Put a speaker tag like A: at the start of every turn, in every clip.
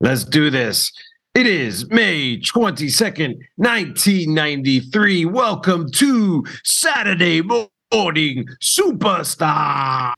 A: Let's do this. It is May 22nd, 1993. Welcome to Saturday Morning Superstars.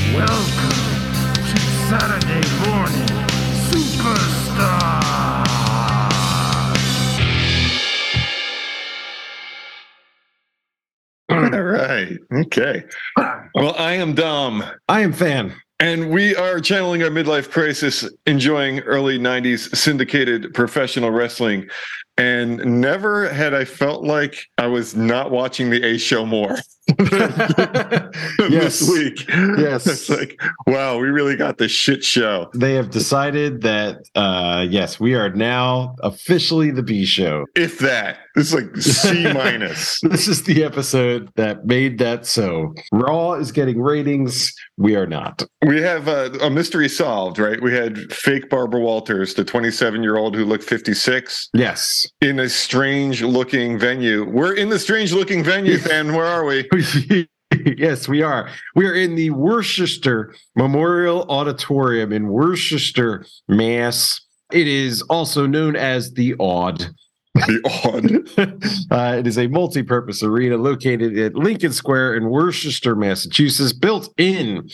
A: Welcome to Saturday Morning Superstars.
B: All right. Okay. Well, I am Dom,
A: I am fan.
B: and we are channeling our midlife crisis, enjoying early 90s syndicated professional wrestling. And never had I felt like I was not watching the A show more than
A: Yes.
B: this week.
A: Yes.
B: It's like, wow, we really got the shit show.
A: They have decided that, uh, yes, we are now officially the B show.
B: If that, it's like C minus.
A: This is the episode that made that so. Raw is getting ratings. We are not.
B: We have a, a mystery solved, right? We had fake Barbara Walters, the 27 year old who looked 56.
A: Yes.
B: in a strange looking venue. We're in the strange looking venue, fan. Where are we?
A: yes, we are. We are in the Worcester Memorial Auditorium in Worcester, Mass. It is also known as the Odd.
B: The odd.
A: Uh, it is a multi purpose arena located at Lincoln Square in Worcester, Massachusetts, built in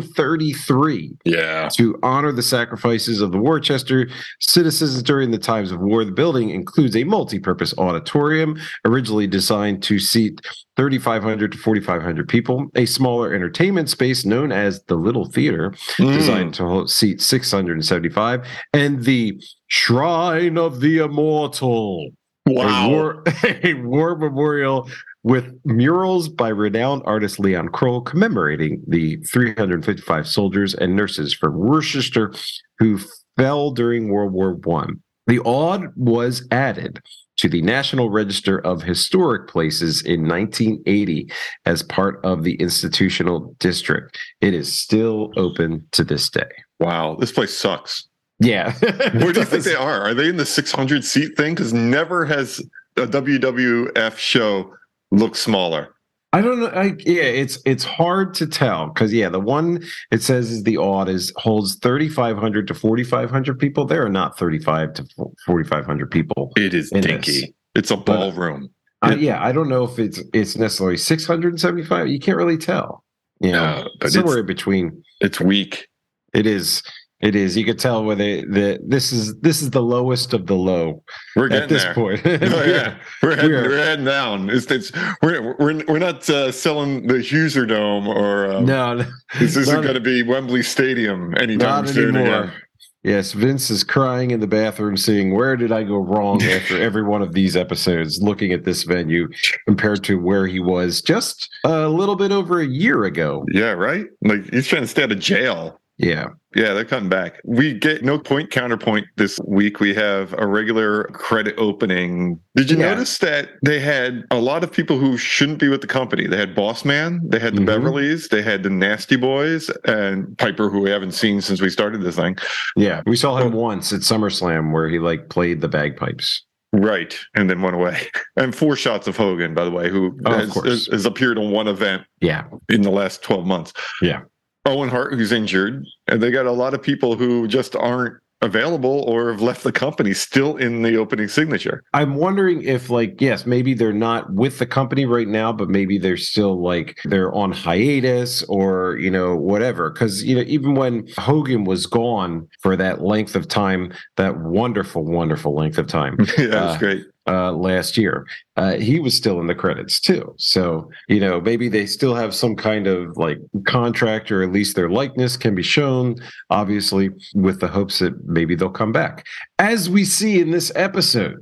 A: 1933
B: Yeah.
A: to honor the sacrifices of the Worcester citizens during the times of war. The building includes a multi-purpose auditorium originally designed to seat 3,500 to 4,500 people, a smaller entertainment space known as the Little Theater,
B: Hmm.
A: designed to hold- seat 675, and the Shrine of the Immortal, a,
B: Wow.
A: war, a war memorial with murals by renowned artist Leon Kroll commemorating the 355 soldiers and nurses from Worcester who fell during World War One. The odd was added to the National Register of Historic Places in 1980 as part of the institutional district. It is still open to this day.
B: Wow. This place sucks.
A: Yeah.
B: Where do you think they are? Are they in the 600 seat thing? Because never has a WWF show looked smaller.
A: I don't know. I, yeah, it's it's hard to tell because yeah, the one it says is the odd is holds thirty five hundred to forty five hundred people. There are not thirty five to forty five hundred people.
B: It is
A: It
B: dinky.
A: is.
B: It's a
A: But-
B: ballroom.
A: I, yeah, I don't know if it's it's necessarily six hundred and seventy five. You can't really tell. You know,
B: Uh, but it's,
A: somewhere in between.
B: it's weak.
A: It is. It is. You could tell where they the this is this is the lowest of the low
B: We're getting
A: at this
B: there.
A: point.
B: Oh, yeah. We're heading,
A: We
B: we
A: are-
B: are heading down. It's, it's, we're, we're, we're not uh, selling the Huser Dome or um,
A: No, no,
B: This isn't
A: Not-
B: going to be Wembley Stadium anytime
A: Not
B: soon.
A: anymore.
B: Again.
A: Yes, Vince is crying in the bathroom, saying, "Where did I go wrong?" After every one of these episodes, looking at this venue compared to where he was just a little bit over a year ago.
B: Yeah, right. Like he's trying to stay out of jail.
A: Yeah,
B: Yeah, they're coming back. We get no point counterpoint this week. We have a regular credit opening. Did you
A: Yeah.
B: notice that they had a lot of people who shouldn't be with the company? They had Boss Man, they had the
A: Mhm.
B: Beverleys, they had the Nasty Boys, and Piper, who we haven't seen since we started this thing.
A: yeah. We saw him
B: Oh.
A: once at SummerSlam where he like played the bagpipes.
B: Right, and then went away. And four shots of Hogan, by the way, who
A: Oh, of
B: has,
A: course.
B: has- has appeared on one event
A: Yeah,
B: in the last 12 months.
A: Yeah.
B: Owen Hart, who's injured, and they got a lot of people who just aren't available or have left the company still in the opening signature.
A: I'm wondering if like yes, maybe they're not with the company right now, but maybe they're still like they're on hiatus or you know whatever. Because you know even when Hogan was gone for that length of time, that wonderful, wonderful length of time,
B: yeah, that's
A: Uh,
B: great.
A: uh, last year. Uh, he was still in the credits too. So, you know, maybe they still have some kind of like contract or at least their likeness can be shown, obviously, with the hopes that maybe they'll come back. As we see in this episode,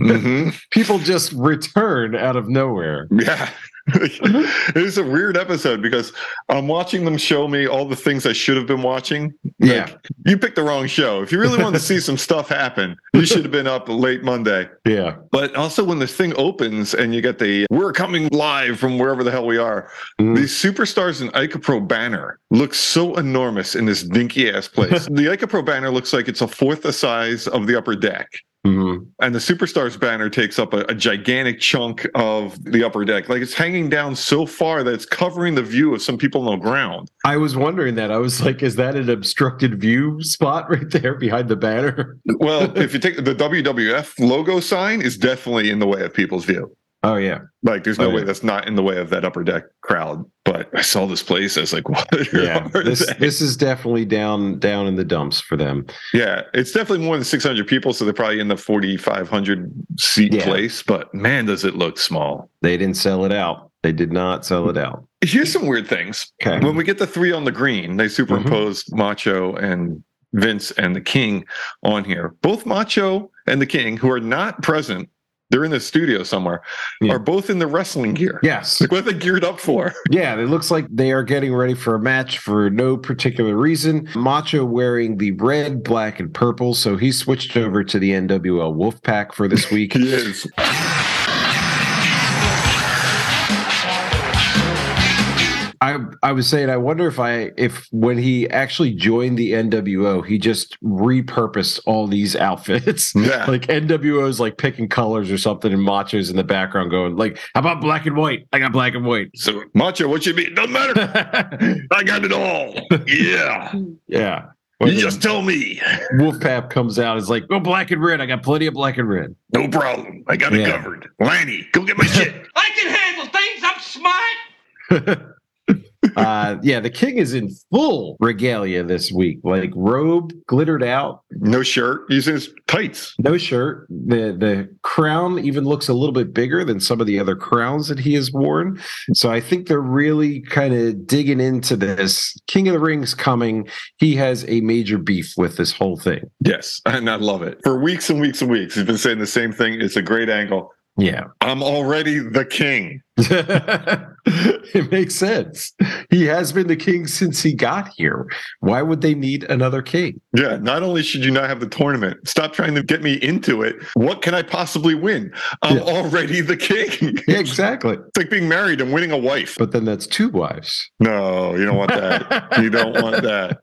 B: Mhm.
A: people just return out of nowhere.
B: Yeah. it is a weird episode because I'm watching them show me all the things I should have been watching.
A: Yeah.
B: Like, you picked the wrong show. If you really wanted to see some stuff happen, you should have been up late Monday.
A: Yeah.
B: But also, when the thing opens and you get the we're coming live from wherever the hell we are,
A: Mm.
B: the superstars and Ica Pro banner looks so enormous in this dinky ass place. the Ica Pro banner looks like it's a fourth the size of the upper deck.
A: Mhm.
B: And the superstars banner takes up a, a gigantic chunk of the upper deck. Like it's hanging down so far that it's covering the view of some people on the ground.
A: I was wondering that. I was like, is that an obstructed view spot right there behind the banner?
B: Well, if you take the WWF logo sign, is definitely in the way of people's view.
A: Oh yeah.
B: Like there's no
A: Oh, yeah.
B: way that's not in the way of that upper deck crowd. But I saw this place. I was like, what?
A: Yeah.
B: are
A: this
B: they?
A: this is definitely down down in the dumps for them.
B: Yeah, it's definitely more than 600 people, so they're probably in the 4,500 seat
A: Yeah.
B: place. But man, does it look small!
A: They didn't sell it out. They did not sell it out.
B: Here's some weird things.
A: Okay.
B: When we get the three on the green, they superimposed
A: Mm-hmm.
B: Macho and Vince and the King on here. Both Macho and the King, who are not present, they're in the studio somewhere,
A: Yeah.
B: are both in the wrestling gear.
A: Yes.
B: Like what are they geared up for?
A: Yeah, it looks like they are getting ready for a match for no particular reason. Macho wearing the red, black, and purple, so he switched over to the NWL Wolfpack for this week.
B: He is.
A: I I was saying I wonder if I if when he actually joined the NWO, he just repurposed all these outfits.
B: Yeah.
A: Like NWO is like picking colors or something, and Macho's in the background going like, "How about black and white? I got black and white."
B: so Macho, what you mean? Doesn't matter. I got it all. Yeah.
A: yeah,
B: You just tell me.
A: Wolfpack comes out is like, "Oh, black and red. I got plenty of black and red."
B: No problem. I got
A: Yeah.
B: covered. Lanny, go get my shit.
C: I can handle things. I'm smart.
A: uh yeah the king is in full regalia this week like robe glittered out
B: No shirt. He's in his tights.
A: no shirt the the crown even looks a little bit bigger than some of the other crowns that he has worn so i think they're really kind of digging into this king of the rings coming he has a major beef with this whole thing
B: Yes. And I love it. For weeks and weeks and weeks, he's been saying the same thing. It's a great angle.
A: yeah
B: I'm already the king.
A: it makes sense he has been the king since he got here why would they need another king
B: Yeah. Not only should you not have the tournament, stop trying to get me into it. What can I possibly win? I'm
A: Yeah.
B: already the king. it's
A: yeah exactly
B: like being married and winning a wife.
A: but then that's two wives
B: No, you don't want that. you don't want that.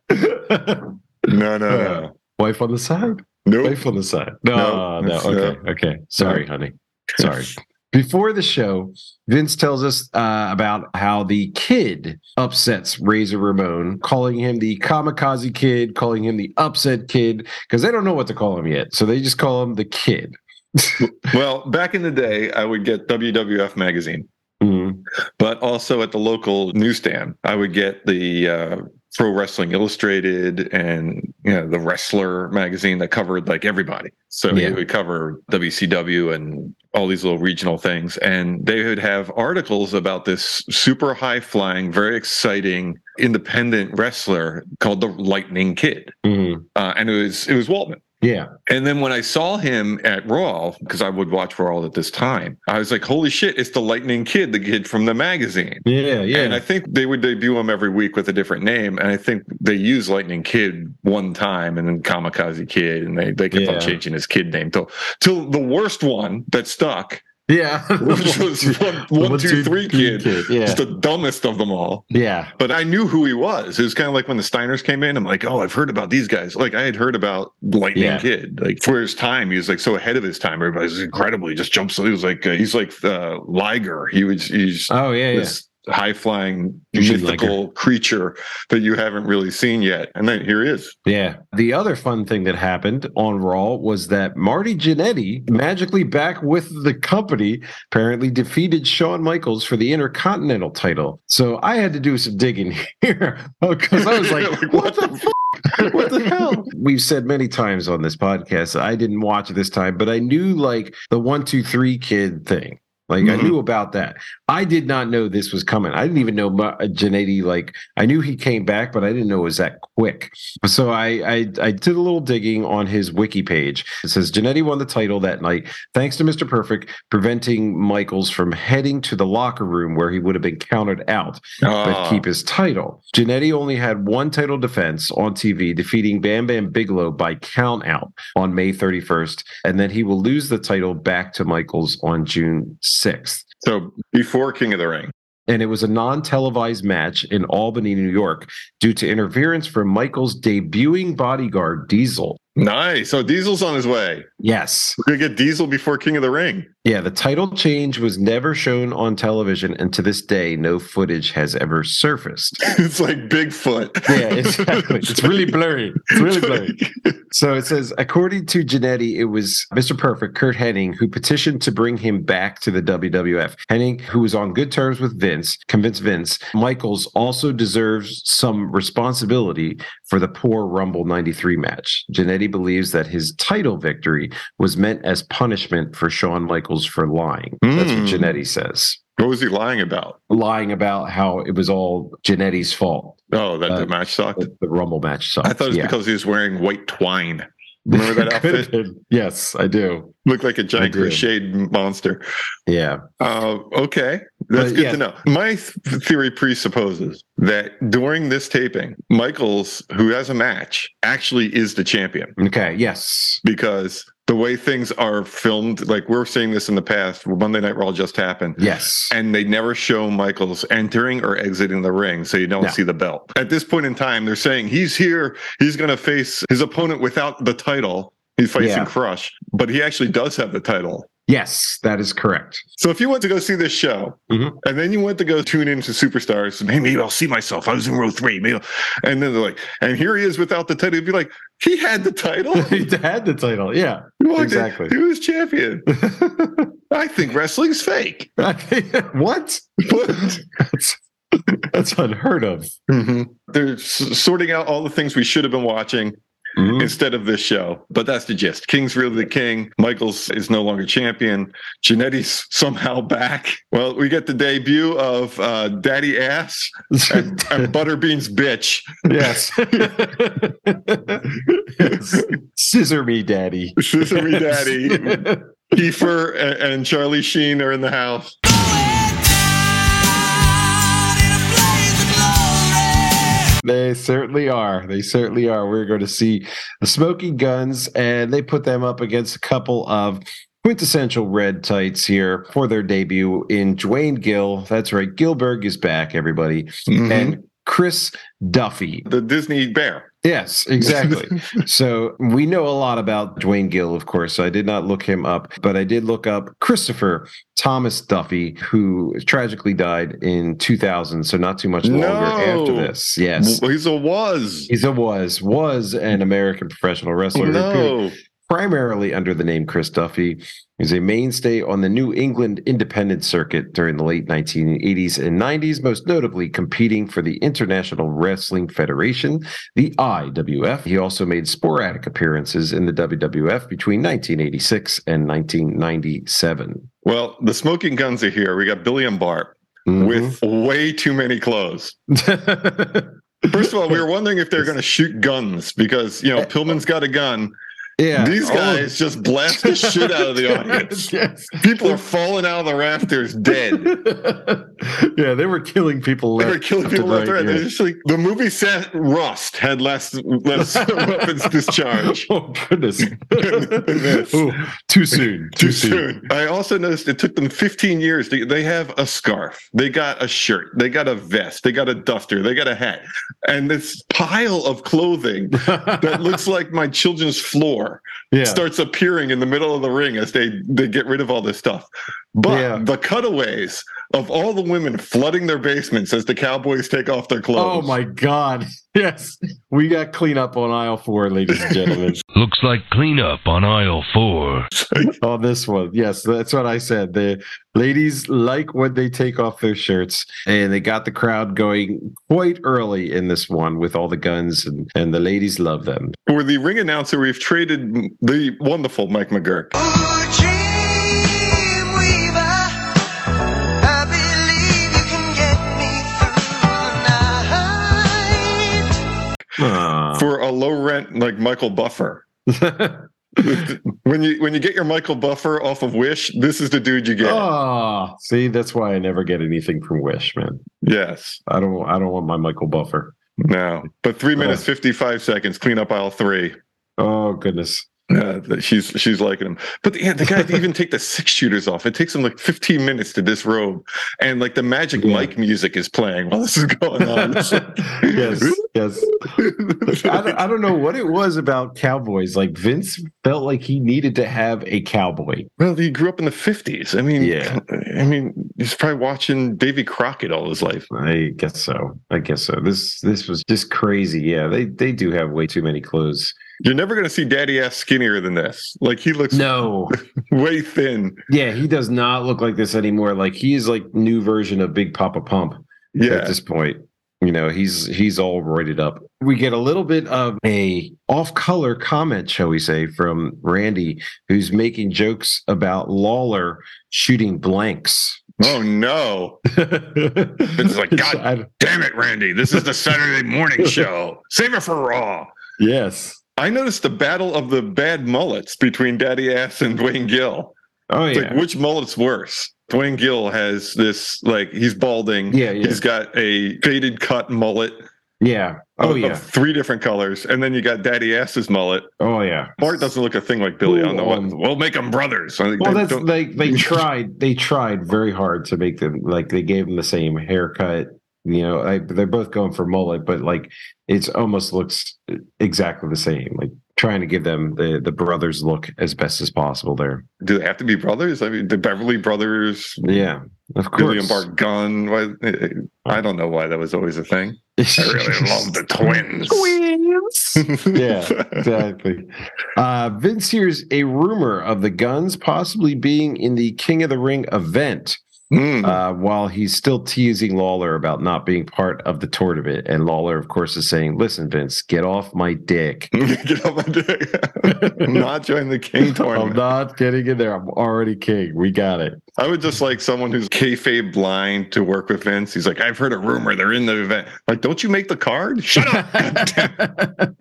B: No, no, no.
A: Wife on the side.
B: Nope.
A: Wife on the side.
B: No,
A: No, no.
B: that's, uh,
A: Okay, okay. Sorry, honey. Sorry. Before the show, Vince tells us uh, about how the kid upsets Razor Ramon, calling him the kamikaze kid, calling him the upset kid, because they don't know what to call him yet. So they just call him the kid.
B: Well, back in the day, I would get WWF magazine.
A: Mm.
B: but also at the local newsstand i would get the uh, pro wrestling illustrated and you know the wrestler magazine that covered like everybody so
A: Yeah.
B: it would cover wcw and all these little regional things and they would have articles about this super high flying very exciting independent wrestler called the lightning kid
A: Mm.
B: uh, and it was it was waltman
A: Yeah.
B: and then when I saw him at Raw, because I would watch Raw at this time, I was like, holy shit, it's the Lightning Kid, the kid from the magazine.
A: Yeah. Yeah.
B: And I think they would debut him every week with a different name. And I think they used Lightning Kid one time and then Kamikaze Kid. And they, they kept
A: Yeah.
B: on changing his kid name till, till the worst one that stuck,
A: yeah.
B: which was one, one, two, three kid.
A: Yeah.
B: It's the dumbest of them all.
A: yeah.
B: But I knew who he was. It was kind of like when the Steiners came in. I'm like, oh, I've heard about these guys. Like I had heard about Lightning
A: Yeah.
B: Kid. Like for his time, he was like so ahead of his time. Everybody's incredible. He just jumps. He was like uh, he's like uh, Liger. He was he's
A: Oh, yeah. Yeah.
B: this high flying
A: You should like
B: mythical creature that you haven't really seen yet. And then here he is.
A: Yeah. The other fun thing that happened on Raw was that Marty Jannetty, magically back with the company, apparently defeated Shawn Michaels for the Intercontinental title. So I had to do some digging here because I was like,
B: Like,
A: what
B: what
A: the
B: the
A: fuck? What the hell? We've said many times on this podcast, I didn't watch it this time, but I knew like the one, two, three kid thing. Like I
B: Mhm.
A: knew about that. I did not know this was coming. I didn't even know Ma- uh, Jannetty. Like I knew he came back, but I didn't know it was that quick. So I I, I did a little digging on his wiki page. It says Janetti won the title that night thanks to Mister Perfect preventing Michaels from heading to the locker room where he would have been counted out but
B: Ah.
A: keep his title. Janetti only had one title defense on TV, defeating Bam Bam Bigelow by count out on May 31st, and then he will lose the title back to Michaels on June 6th.
B: So before King of the Ring.
A: And it was a non televised match in Albany, New York, due to interference from Michaels' debuting bodyguard, Diesel.
B: Nice. So Diesel's on his way.
A: Yes.
B: We're gonna get Diesel before King of the Ring.
A: Yeah, the title change was never shown on television, and to this day, no footage has ever surfaced.
B: it's like Bigfoot.
A: Yeah, exactly. it's really blurry. It's really blurry. So it says, according to Janetti, it was Mr. Perfect, Kurt Henning, who petitioned to bring him back to the WWF. Henning, who was on good terms with Vince, convinced Vince Michaels also deserves some responsibility for the poor Rumble 93 match. Janetti believes that his title victory was meant as punishment for Shawn Michaels for lying. That's what
B: Hmm.
A: Janetti says.
B: What was he lying about?
A: Lying about how it was all Janetti's fault.
B: Oh, that
A: Uh,
B: the match sucked.
A: that The Rumble match sucked.
B: I thought it was
A: Yeah.
B: because he was wearing white twine. Remember that
A: Could have
B: outfit?
A: been. Yes, I do.
B: Looked like a
A: I
B: giant
A: do.
B: crocheted monster.
A: Yeah.
B: Uh, okay, that's
A: But,
B: good
A: yeah.
B: to know. My th- theory presupposes that during this taping, Michaels, who has a match, actually is the champion
A: Okay. Yes.
B: because the way things are filmed, like we're seeing this in the past, Monday Night Raw just happened.
A: Yes.
B: And they never show Michaels entering or exiting the ring, so you don't
A: No.
B: see the belt. At this point in time, they're saying he's here. He's going to face his opponent without the title. He's facing
A: Yeah.
B: Crush, but he actually does have the title.
A: yes, that is correct.
B: So if you went to go see this show,
A: Mhm.
B: and then you went to go tune into Superstars, maybe, maybe I'll see myself. I was in row three, maybe. I'll-" And then they're like, and here he is without the title. You'd be like, he had the title.
A: he had the title. Yeah.
B: He walked in,
A: exactly.
B: He was champion. I think wrestling's fake.
A: what?
B: What?
A: That's, that's unheard of.
B: They're s- sorting out all the things we should have been watching
A: Mhm.
B: instead of this show. But that's the gist. King's really the king. Michaels is no longer champion. Janetti's somehow back. Well, we get the debut of uh, Daddy Ass and, and Butterbean's Bitch.
A: uh, yes. yes. Scissor me, daddy.
B: Sesame Daddy, Kiefer, and, and Charlie Sheen are in the house.
A: They certainly are. They certainly are. We're going to see the Smoking Guns, and they put them up against a couple of quintessential red tights here for their debut in Dwayne Gill. That's right. Gilberg is back, everybody.
B: Mm-hmm.
A: And Chris Duffy.
B: the Disney bear.
A: Yes, exactly. so we know a lot about Dwayne Gill, of course. I did not look him up, but I did look up Christopher Thomas Duffy, who tragically died in 2000. So not too much longer
B: No.
A: after this. Yes.
B: Well, He's a was.
A: He's a was was an American professional wrestler who appeared
B: No.
A: primarily under the name Chris Duffy. He's a mainstay on the New England independent circuit during the late 1980s and 90s, most notably competing for the International Wrestling Federation, the IWF. He also made sporadic appearances in the WWF between 1986 and 1997.
B: Well, the smoking guns are here. We got Billy and Barb
A: Mm-hmm.
B: with way too many clothes.
A: Mhm.
B: First of all, we were wondering if they're going to shoot guns because, you know, Pillman's got a gun.
A: yeah,
B: These
A: all of-
B: guys just blast the shit out of the audience.
A: yes.
B: People are falling out of the rafters dead.
A: yeah, they were killing people.
B: They were
A: left
B: killing
A: after
B: people left and right.
A: yeah.
B: They're just like the movie set Rust had less less weapons discharge.
A: Oh goodness!
B: Goodness.
A: Ooh, too soon.
B: Too soon. I also noticed it took them 15 years. They, they have a scarf. They got a shirt. They got a vest. They got a duster. They got a hat. And this pile of clothing that looks like my children's floor
A: yeah.
B: starts appearing in the middle of the ring as they, they get rid of all this stuff. But
A: Yeah.
B: the cutaways of all the women flooding their basements as the Cowboys take off their
A: oh
B: clothes.
A: my God! Yes, we got cleanup on aisle four, ladies and gentlemen.
D: Looks like cleanup on aisle four.
A: on Oh, this one, yes, that's what I said. The ladies like when they take off their shirts, and they got the crowd going quite early in this one with all the guns, and and the ladies love them.
B: For the ring announcer, we've traded the wonderful Mike McGurk.
E: Dreamweaver,
B: rent like Michael Buffer. when you when you get your Michael Buffer off of Wish, this is the dude you get.
A: Ah, see, that's why I never get anything from Wish, man.
B: Yes.
A: I don't. I don't want my Michael Buffer.
B: No. But three minutes fifty five seconds. Clean up aisle three.
A: Oh goodness.
B: Uh, that she's she's liking him, but the, the guy to even take the six shooters off. It takes him like 15 minutes to disrobe, and like the magic
A: Yeah.
B: mic music is playing while this is going on. It's like-
A: yes, yes. I don't, I don't know what it was about cowboys. Like Vince felt like he needed to have a cowboy.
B: Well, he grew up in the 50s. I mean,
A: Yeah.
B: I mean, he's probably watching Davy Crockett all his life.
A: I guess so. I guess so. This this was just crazy. Yeah, they they do have way too many clothes.
B: You're never going to see Daddy ass skinnier than this. Like he looks
A: No.
B: way thin.
A: Yeah, he does not look like this anymore. Like he is like new version of Big Papa Pump. at
B: Yeah.
A: this point. You know, he's he's all roided up. We get a little bit of a off-color comment, shall we say, from Randy, who's making jokes about Lawler shooting blanks.
B: oh no!
A: it's
B: like, God Damn it, Randy! This is the Saturday morning show. Save it for Raw.
A: yes.
B: I noticed the battle of the bad mullets between Daddy Ass and Dwayne Gill.
A: Oh
B: It's
A: yeah.
B: like which mullet's worse? Dwayne Gill has this like he's balding.
A: yeah, yeah.
B: He's got a faded cut mullet.
A: Yeah. Oh
B: of- of
A: yeah.
B: three different colors, and then you got Daddy Ass's mullet.
A: Oh yeah.
B: Bart doesn't look a thing like Billy on the
A: Ooh,
B: one.
A: um,
B: We'll make them brothers. I think
A: Well,
B: they
A: that's
B: don't-
A: like they tried. They tried very hard to make them like they gave them the same haircut. You know, I, they're both going for mullet, but like it's almost looks exactly the same. Like trying to give them the the brothers look as best as possible. There,
B: do they have to be brothers? I mean, the Beverly Brothers,
A: yeah, of course.
B: Billy and Bart Gunn. Why, I don't know why that was always a thing. I really love the twins.
A: Yeah. exactly. Uh, Vince hears a rumor of the guns possibly being in the King of the Ring event.
B: Mm.
A: uh, while he's still teasing Lawler about not being part of the tournament. And Lawler, of course, is saying, Listen, Vince, get off my dick.
B: Get off my dick. Not join the King
A: I'm
B: tournament.
A: not getting in there. I'm already king. We got it.
B: I would just like someone who's kayfabe blind to work with Vince. He's like, I've heard a rumor they're in the event. Like, don't you make the card? Shut up. Well,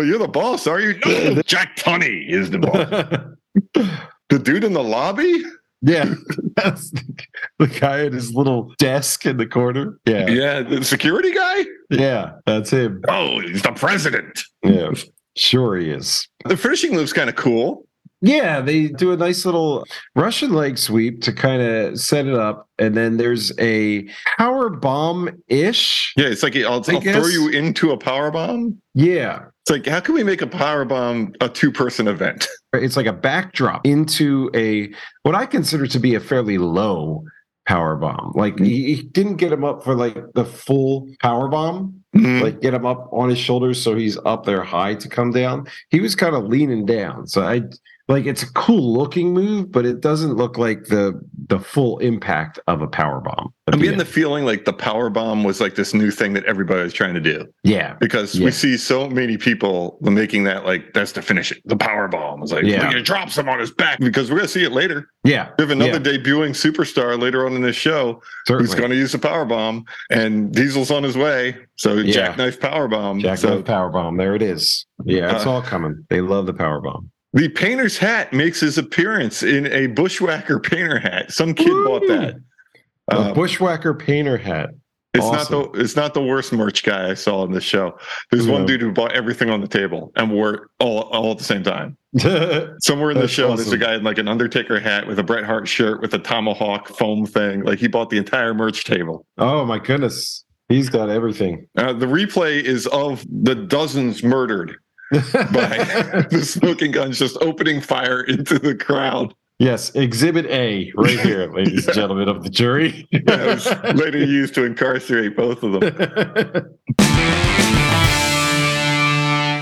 B: "Oh, you're the boss, are you? No, Jack Tunney is the boss. the dude in the lobby?
A: yeah. That's the, the guy at his little desk in the corner. Yeah. Yeah.
B: Yeah, the security guy?
A: that's him.
B: Oh, he's the president.
A: Yeah. Sure he is.
B: The finishing move's kind of cool.
A: Yeah, they do a nice little Russian leg sweep to kind of set it up, and then there's a power bomb ish.
B: Yeah, it's like I'll, I'll
A: I
B: throw
A: guess-
B: you into a power bomb.
A: Yeah,
B: It's like, how can we make a power bomb a two-person event?
A: it's like a backdrop into a what I consider to be a fairly low power bomb. Like he, he didn't get him up for like the full power bomb, like get him up on his shoulders so he's up there high to come down. He was kind of leaning down, so I like it's a cool looking move, but it doesn't look like the the full impact of a power bomb.
B: I'm getting the feeling like the power bomb was like this new thing that everybody was trying to do
A: yeah.
B: because
A: Yeah.
B: we see so many people making that like that's to finish it. The power bomb is like
A: Yeah.
B: yeah. drops him on his back because we're gonna see it later.
A: Yeah,
B: We have another debuting superstar later on in this show
A: certainly.
B: who's going to use the power bomb, and Diesel's on his way. So
A: Yeah.
B: jackknife power bomb.
A: Jack
B: so
A: power bomb. There it is. Yeah, it's
B: Uh,
A: all coming. They love the power bomb.
B: the painter's hat makes his appearance in a bushwhacker painter hat. Some kid bought that.
A: a Oh,
B: Uh,
A: bushwhacker painter hat.
B: it's
A: awesome.
B: not the it's not the worst merch guy I saw in this show. There's one
A: No.
B: dude who bought everything on the table and wore it all all at the same time. Somewhere in the
A: That's
B: show, there's a
A: awesome.
B: guy in like an Undertaker hat with a Bret Hart shirt with a tomahawk foam thing. Like he bought the entire merch table.
A: Oh my goodness. He's got everything.
B: Uh, the replay is of the dozens murdered by the smoking guns just opening fire into the crowd.
A: yes, exhibit A right here, ladies and gentlemen of the jury.
B: That was later used to incarcerate both of them.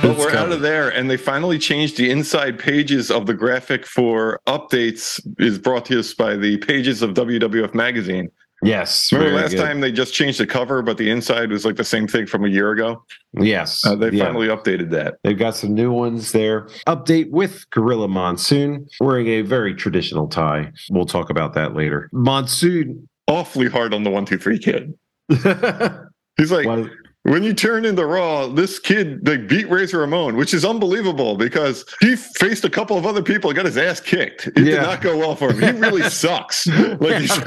B: But
A: It's
B: we're out
A: coming.
B: of there, and they finally changed the inside pages of the graphic for updates. Is brought to us by the pages of WWF magazine.
A: yes.
B: Remember
A: very
B: last
A: good.
B: time they just changed the cover, but the inside was like the same thing from a year ago.
A: Yes.
B: Uh, they
A: yeah.
B: finally updated that.
A: They've got some new ones there. Update with Gorilla Monsoon wearing a very traditional tie. We'll talk about that later. Monsoon.
B: Awfully hard on the one two three kid. He's like,
A: was-
B: when you turn into Raw, this kid they beat Razor Ramon, which is unbelievable because he faced a couple of other people and got his ass kicked. It did
A: Yeah.
B: not go well for him. He really sucks. Like, he's-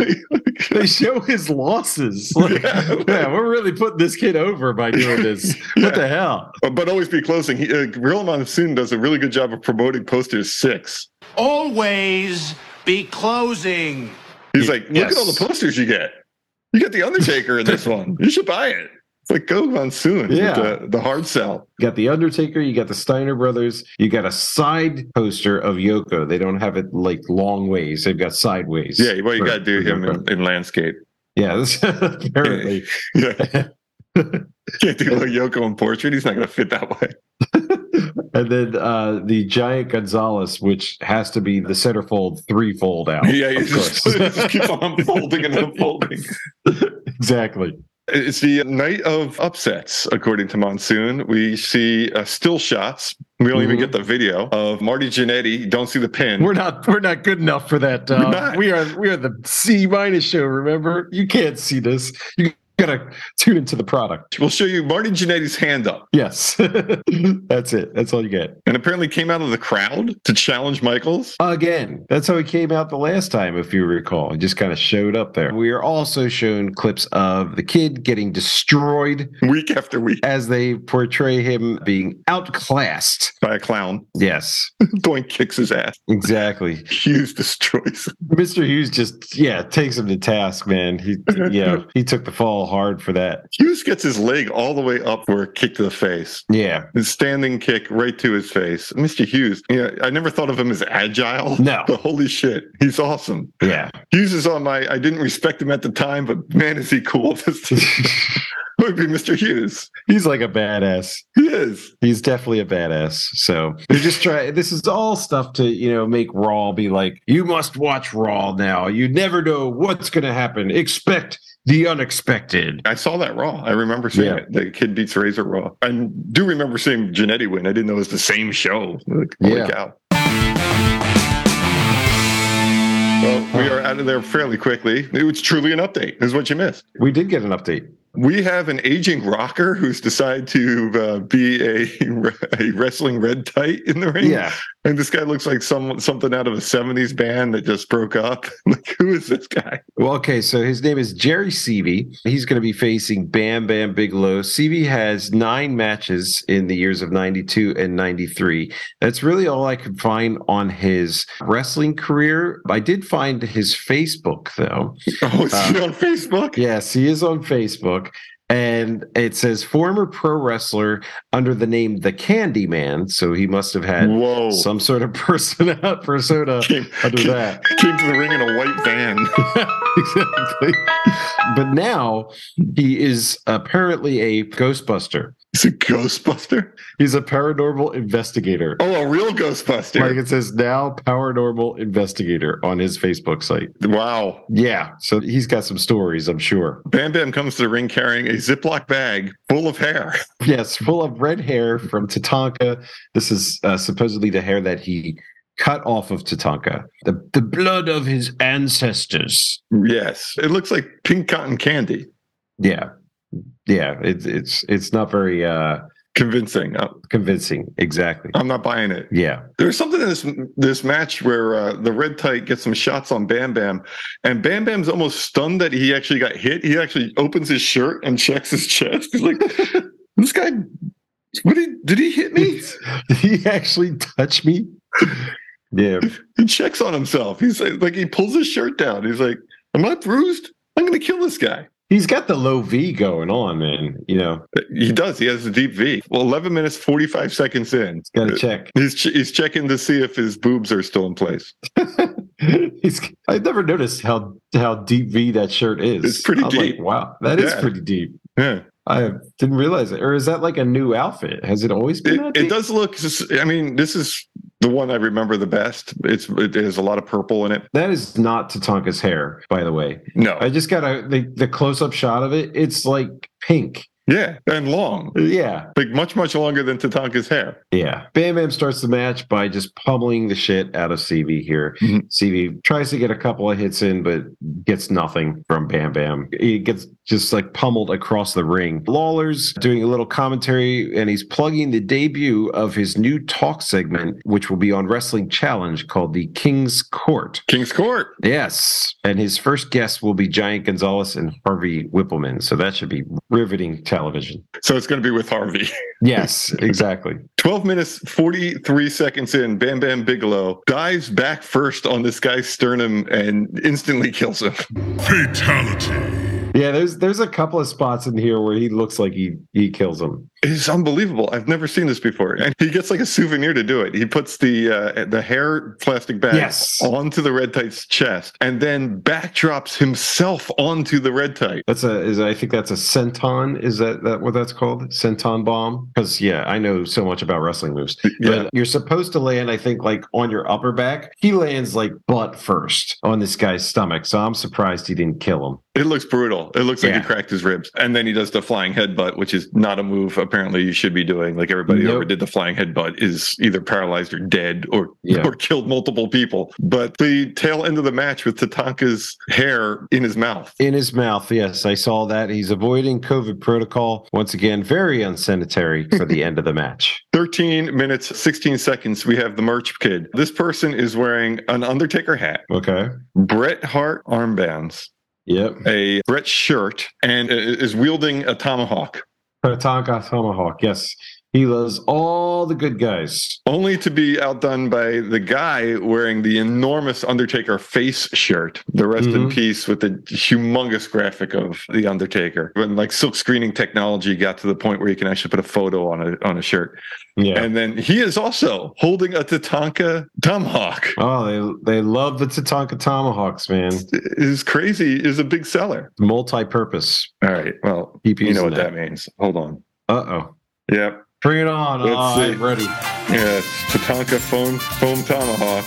A: They show his losses. Like,
B: Yeah.
A: yeah. we're really putting this kid over by doing this. What the hell?
B: but always be closing. He, uh, Gorilla Monsoon does a really good job of promoting posters six.
E: Always be closing.
B: He's
A: Ye-
B: like, look at all
A: yes.
B: the posters you get. You get the Undertaker in this one. You should buy it. It's like go Monsoon. with
A: Yeah.
B: the, the hard sell.
A: You got the Undertaker, you got the Steiner brothers, you got a side poster of Yoko. They don't have it like long ways; they've got sideways.
B: Yeah, well, you
A: for-
B: got to do
A: for
B: him
A: Yoko.
B: in, in landscape.
A: Yeah, this, apparently.
B: Yeah. Can't do like Yoko in portrait. He's not going to fit that way.
A: and then uh, the giant Gonzalez, which has to be the centerfold threefold out.
B: yeah, you
A: of
B: just,
A: course.
B: just keep on folding and unfolding.
A: exactly.
B: It's the night of upsets, according to Monsoon. We see uh, still shots. We don't even
A: Mhm.
B: get the video of Marty Jannetty. Don't see the pin.
A: We're not we're not good enough for that.
B: We're
A: Uh,
B: not.
A: we are we are the C minus show. Remember, you can't see this. You gotta tune into the product.
B: we'll show you Marty Jannetty's hand up.
A: Yes, that's it. That's all you get.
B: and apparently came out of the crowd to challenge Michaels.
A: Again, that's how he came out the last time, if you recall. He just kind of showed up there. We are also shown clips of the kid getting destroyed
B: Week after week
A: as they portray him being outclassed.
B: by a clown.
A: Yes,
B: Doink kicks his ass.
A: exactly.
B: Hughes destroys. him.
A: Mr. Hughes just yeah takes him to task, man. He yeah he took the fall hard for that.
B: Hughes gets his leg all the way up for a kick to the face.
A: Yeah,
B: A standing kick right to his face. Mr. Hughes, yeah, I never thought of him as agile.
A: No.
B: But holy shit, he's awesome.
A: yeah.
B: Hughes is on my, I didn't respect him at the time, but man, is he cool. This would be Mr. Hughes.
A: He's like a badass.
B: He is.
A: He's definitely a badass. So they're just trying. This is all stuff to you know make Raw be like. You must watch Raw now. You never know what's going to happen. Expect the unexpected.
B: I saw that Raw. I remember seeing
A: Yeah.
B: it. The kid beats Razor Raw. I do remember seeing Janetti win. I didn't know it was the same show. Like, holy
A: Yeah.
B: cow. Well, we are out of there fairly quickly. It was truly an update, is what you missed.
A: We did get an update.
B: We have an aging rocker who's decided to uh, be a, a wrestling red tight in the ring.
A: Yeah,
B: And this guy looks like some something out of a 70s band that just broke up. Like, who is this guy?
A: Well, okay, so his name is Jerry Seavey. He's going to be facing Bam Bam Bigelow. Seavey has nine matches in the years of 92 and 93. That's really all I could find on his wrestling career. I did find his Facebook, though.
B: Oh, is
A: Uh,
B: he on Facebook?
A: Yes, he is on Facebook. And it says former pro wrestler under the name The Candyman. So he must have had
B: Whoa.
A: some sort of persona, persona
B: Came-
A: under
B: came-
A: that.
B: came to the ring in a white van.
A: exactly. But now he is apparently a Ghostbuster.
B: It's a Ghostbuster.
A: He's a paranormal investigator.
B: Oh, a real
A: Like
B: Ghostbuster.
A: it says now paranormal investigator on his Facebook site.
B: wow.
A: Yeah. So he's got some stories, I'm sure.
B: Bam Bam comes to the ring carrying a Ziploc bag full of hair.
A: Yes, full of red hair from Tatanka. This is uh, supposedly the hair that he cut off of Tatanka. The, the blood of his ancestors.
B: Yes. It looks like pink cotton candy.
A: Yeah. Yeah. It's it's it's not very uh
B: Convincing. Uh,
A: convincing. Exactly.
B: I'm not buying it.
A: Yeah.
B: There's something in this this match where uh, the red tight gets some shots on Bam Bam, and Bam Bam's almost stunned that he actually got hit. He actually opens his shirt and checks his chest. He's like, "This guy, what did did he hit me?"
A: Did he actually touch me? yeah.
B: he checks on himself. He's like, like, he pulls his shirt down. He's like, "Am I bruised? I'm gonna kill this guy."
A: He's got the low V going on, man. You know,
B: He does. He has a deep V. Well, 11 minutes 45 seconds in,
A: gotta check.
B: he's ch- he's checking to see if his boobs are still in place.
A: He's I've never noticed how how deep V that shirt is.
B: It's pretty
A: I'm like,
B: deep.
A: wow, that is
B: Yeah.
A: pretty deep.
B: Yeah,
A: I didn't realize it. Or is that like a new outfit? Has it always been that
B: it, it
A: deep?
B: does look. I mean, this is the one I remember the best. It's it has a lot of purple in it.
A: That is not Tatanka's hair, by the way.
B: No,
A: I just got a the, the close up shot of it. It's like pink.
B: Yeah, and long.
A: Yeah,
B: Like much, much longer than Tatanka's hair.
A: yeah. Bam Bam starts the match by just pummeling the shit out of CV here.
B: Mhm.
A: CV tries to get a couple of hits in, but gets nothing from Bam Bam. He gets just like pummeled across the ring. Lawler's doing a little commentary and he's plugging the debut of his new talk segment, which will be on Wrestling Challenge called The King's Court.
B: King's Court.
A: Yes. And his first guest will be Giant Gonzalez and Harvey Whippleman. So that should be riveting television.
B: So it's going to be with Harvey.
A: Yes, exactly.
B: 12 minutes, 43 seconds in, Bam Bam Bigelow dives back first on this guy's sternum and instantly kills him.
A: Yeah, there's there's a couple of spots in here where he looks like he he kills him.
B: It's unbelievable. I've never seen this before. And he gets like a souvenir to do it. He puts the uh, the hair plastic bag
A: Yes.
B: onto the red tight's chest and then backdrops himself onto the red tight.
A: That's a is I think that's a centon. Is that that what that's called? Centon bomb? Because yeah, I know so much about wrestling moves.
B: Yeah.
A: But you're supposed to land, I think, like on your upper back. He lands like butt first on this guy's stomach. So I'm surprised he didn't kill him.
B: It looks brutal. It looks like
A: Yeah.
B: he cracked his ribs. And then he does the flying headbutt, which is not a move apparently you should be doing. Like everybody who
A: Nope.
B: ever did the flying headbutt is either paralyzed or dead or
A: Yeah.
B: or killed multiple people. But the tail end of the match with Tatanka's hair in his mouth.
A: In his mouth, yes, I saw that. He's avoiding COVID protocol. Once again, very unsanitary for the end of the match.
B: 13 minutes, 16 seconds. We have the merch kid. This person is wearing an Undertaker hat,
A: Okay.
B: Bret Hart armbands,
A: Yep.
B: a Bret shirt, and i- is wielding a tomahawk,
A: Tatanka Tomahawk. Yes. He loves all the good guys.
B: only to be outdone by the guy wearing the enormous Undertaker face shirt, the rest in
A: Mhm.
B: peace with the humongous graphic of the Undertaker. When like silk screening technology got to the point where you can actually put a photo on a on a shirt.
A: Yeah.
B: And then he is also holding a Tatanka tomahawk.
A: oh, they they love the Tatanka Tomahawks, man.
B: is crazy is a big seller.
A: Multi-purpose.
B: All right. Well,
A: Keep
B: you
A: using
B: know what that. means. Hold on.
A: Uh oh.
B: Yep.
A: Bring it on.
B: Let's
A: Ah,
B: see.
A: I'm ready.
B: Yeah. It's Tatanka foam foam tomahawk.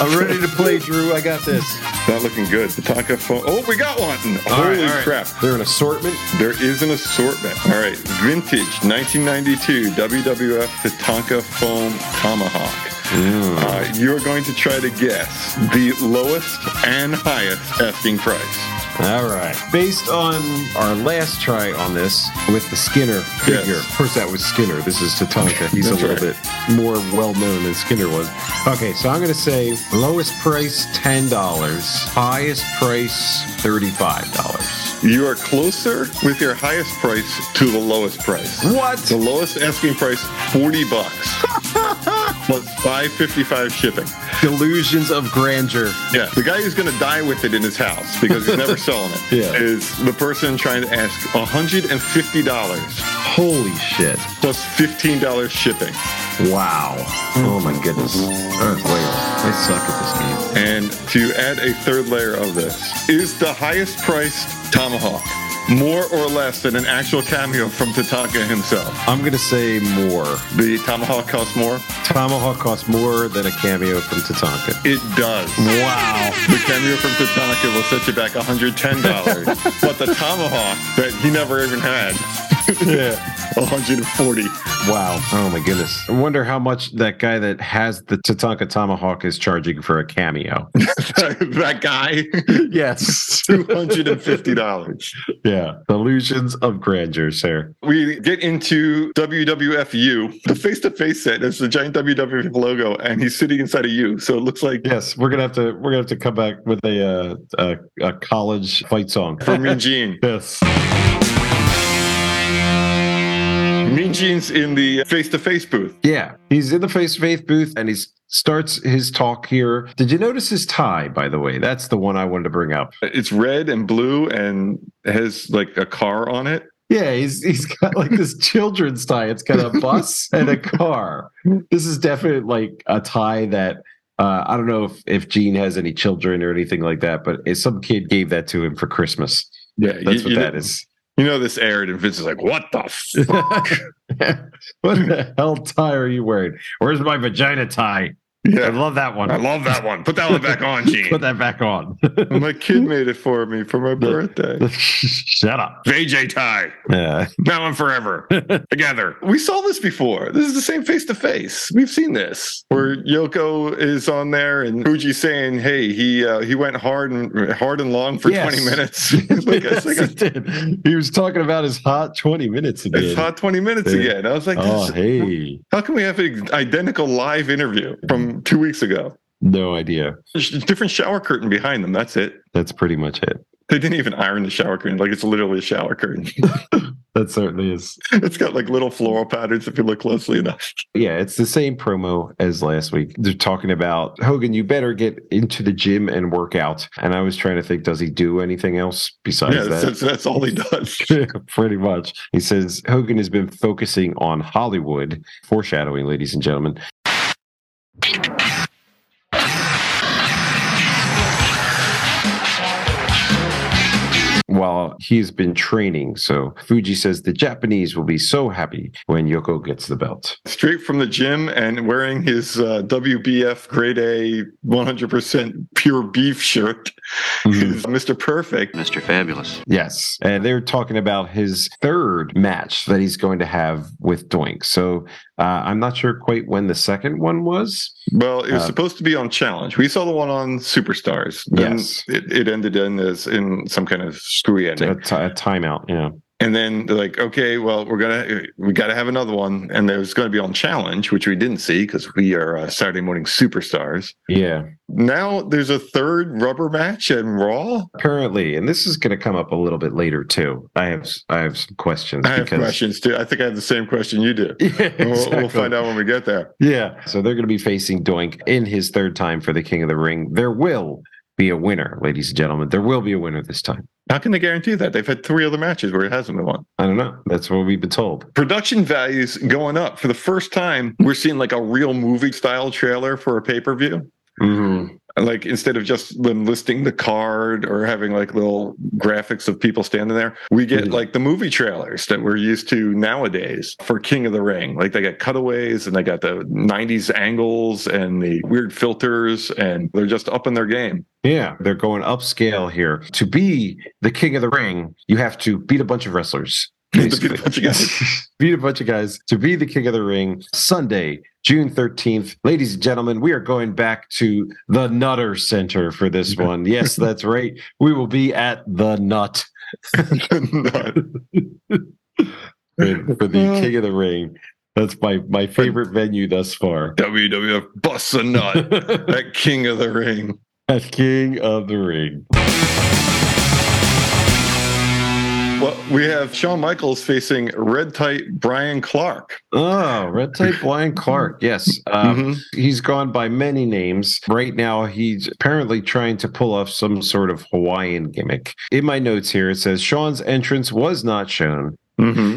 A: I'm ready to play, Drew. I got this.
B: Not looking good. Tatanka foam. Oh, we got one.
A: All right,
B: Holy
A: all right.
B: crap!
A: They're an assortment.
B: There is an assortment. All right. Vintage 1992 WWF Tatanka foam tomahawk. Uh, you're going to try to guess the lowest and highest asking price.
A: All right. Based on our last try on this with the Skinner figure,
B: Yes.
A: of course that was Skinner. This is Tatanka. He's a
B: That's
A: little
B: right.
A: bit more well known than Skinner was. Okay, so I'm going to say lowest price ten dollars, highest price thirty five dollars.
B: You are closer with your highest price to the lowest price.
A: What?
B: The lowest asking price, 40 bucks. Plus 555 shipping.
A: Delusions of grandeur.
B: Yeah. The guy who's gonna die with it in his house because he's never selling it
A: Yeah.
B: is the person trying to ask $150
A: Holy shit!
B: plus $15 shipping.
A: Wow. Oh my goodness. Oh, wait, I suck at this game.
B: And to add a third layer of this, is the highest priced tomahawk more or less than an actual cameo from Tatanka himself?
A: I'm going to say more.
B: The tomahawk costs more?
A: Tomahawk costs more than a cameo from Tatanka.
B: It does.
A: Wow.
B: The cameo from Tatanka will set you back $110, but the tomahawk that he never even had,
A: Yeah.
B: 140.
A: Wow. Oh my goodness. I wonder how much that guy that has the Tatanka Tomahawk is charging for a cameo.
B: that guy,
A: yes.
B: $250.
A: yeah. Delusions of grandeur, sir.
B: We get into WWFU, the face-to-face set. It's the giant WWF logo, and he's sitting inside a U, so it looks like
A: Yes, we're gonna have to we're gonna have to come back with a uh, a, a college fight song.
B: from Mean Gene.
A: yes.
B: Mean Gene's in the face-to-face booth.
A: Yeah. He's in the face of faith booth and he's starts his talk here. Did you notice his tie, by the way? That's the one I wanted to bring up.
B: It's red and blue and has like a car on it.
A: Yeah, he's he's got like this children's tie. It's got a bus and a car. This is definitely like a tie that uh, I don't know if if Gene has any children or anything like that, but if some kid gave that to him for Christmas.
B: Yeah,
A: That's what that
B: know-
A: is.
B: You know this aired, and Vince is like, "What the fuck?"
A: what the hell tie are you wearing? Where's my vagina tie? I
B: Yeah,
A: love that one.
B: I love that one. Put that one back on, Gene.
A: Put that back on.
B: My kid made it for me for my birthday.
A: Shut up.
B: VJ tie.
A: Yeah.
B: Now and forever. Together. We saw this before. This is the same face to face. We've seen this where Yoko is on there and Fuji's saying, "Hey, he uh, he went hard and hard and long for
A: Yes.
B: 20 minutes." It's like,
A: Yes,
B: it's like a-
A: he did. He was talking about his hot 20 minutes again.
B: it's hot 20 minutes
A: Yeah.
B: again. I was like,
A: Oh,
B: this-
A: hey.
B: "How can we have an identical live interview from 2 weeks ago?"
A: No idea.
B: There's a different shower curtain behind them. That's it.
A: That's pretty much it.
B: They didn't even iron the shower curtain. Like it's literally a shower curtain.
A: That certainly is.
B: it's got like little floral patterns if you look closely enough.
A: Yeah, it's the same promo as last week. They're talking about Hogan, you better get into the gym and work out. And I was trying to think, does he do anything else besides
B: Yeah,
A: that?
B: that's, that's all he does.
A: Pretty much. He says Hogan has been focusing on Hollywood, foreshadowing, ladies and gentlemen. While he's been training. So Fuji says the Japanese will be so happy when Yoko gets the belt.
B: straight from the gym and wearing his uh, WBF grade A 100% pure beef shirt is
A: Mm-hmm.
B: Mr. Perfect.
F: Mr. Fabulous.
A: Yes. And they're talking about his third match that he's going to have with Doink. So uh, I'm not sure quite when the second one was.
B: Well, it was
A: Uh,
B: supposed to be on Challenge. We saw the one on Superstars. Then
A: Yes.
B: It, it ended in as in some kind of screwy
A: A,
B: ending.
A: ti- a timeout. Yeah.
B: And then they're like, okay, well, we're gonna we got to have another one, and there's going to be on Challenge, which we didn't see because we are uh, Saturday morning superstars.
A: Yeah.
B: Now there's a third rubber match and Raw.
A: Apparently, and this is going to come up a little bit later too. I have I have some questions.
B: I have questions too. I think I have the same question you do.
A: Yeah,
B: We'll-
A: exactly.
B: We'll find out when we get there.
A: Yeah. So they're going to be facing Doink in his third time for the King of the Ring. There will be a winner, ladies and gentlemen. There will be a winner this time.
B: How can they guarantee that? They've had three other matches where it hasn't been won.
A: I don't know. That's what we've been told.
B: Production values going up. For the first time, we're seeing like a real movie style trailer for a pay per view.
A: Mm-hmm.
B: Like instead of just them listing the card or having like little graphics of people standing there, we get
A: Mhm.
B: like the movie trailers that we're used to nowadays for King of the Ring. Like they got cutaways and they got the 90s angles and the weird filters, and they're just up in their game.
A: Yeah, they're going upscale here. To be the king of the ring, you have to beat a bunch of wrestlers.
B: You have to
A: basically.
B: beat a bunch of guys.
A: Beat a bunch of guys to be the king of the ring. Sunday, June 13th. Ladies and gentlemen, we are going back to the Nutter Center for this one. Yes, that's right. We will be at the Nut
B: No.
A: for for the king of the ring. That's my, my favorite venue thus far.
B: WWF busts a nut at King of the Ring.
A: at King of the Ring.
B: Well, we have Shawn Michaels facing red tight Brian Clark.
A: Oh, Red Tape Brian Clark. Yes. Um,
B: Mhm.
A: He's gone by many names. Right now, he's apparently trying to pull off some sort of Hawaiian gimmick. In my notes here, it says Sean's entrance was not shown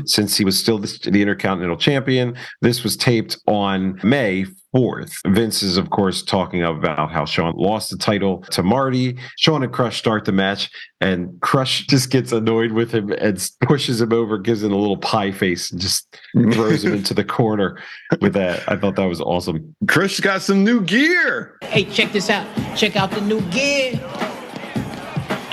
A: since he was still the, the Intercontinental Champion. This was taped on May 4th. Vince is, of course, talking about how Sean lost the title to Marty. Sean and Crush start the match, and Crush just gets annoyed with him and s- pushes him over, gives him a little pie face, and just throws him into the corner with that. I thought that was awesome.
B: Chris got some new gear.
G: Hey, check this out. Check out the new gear.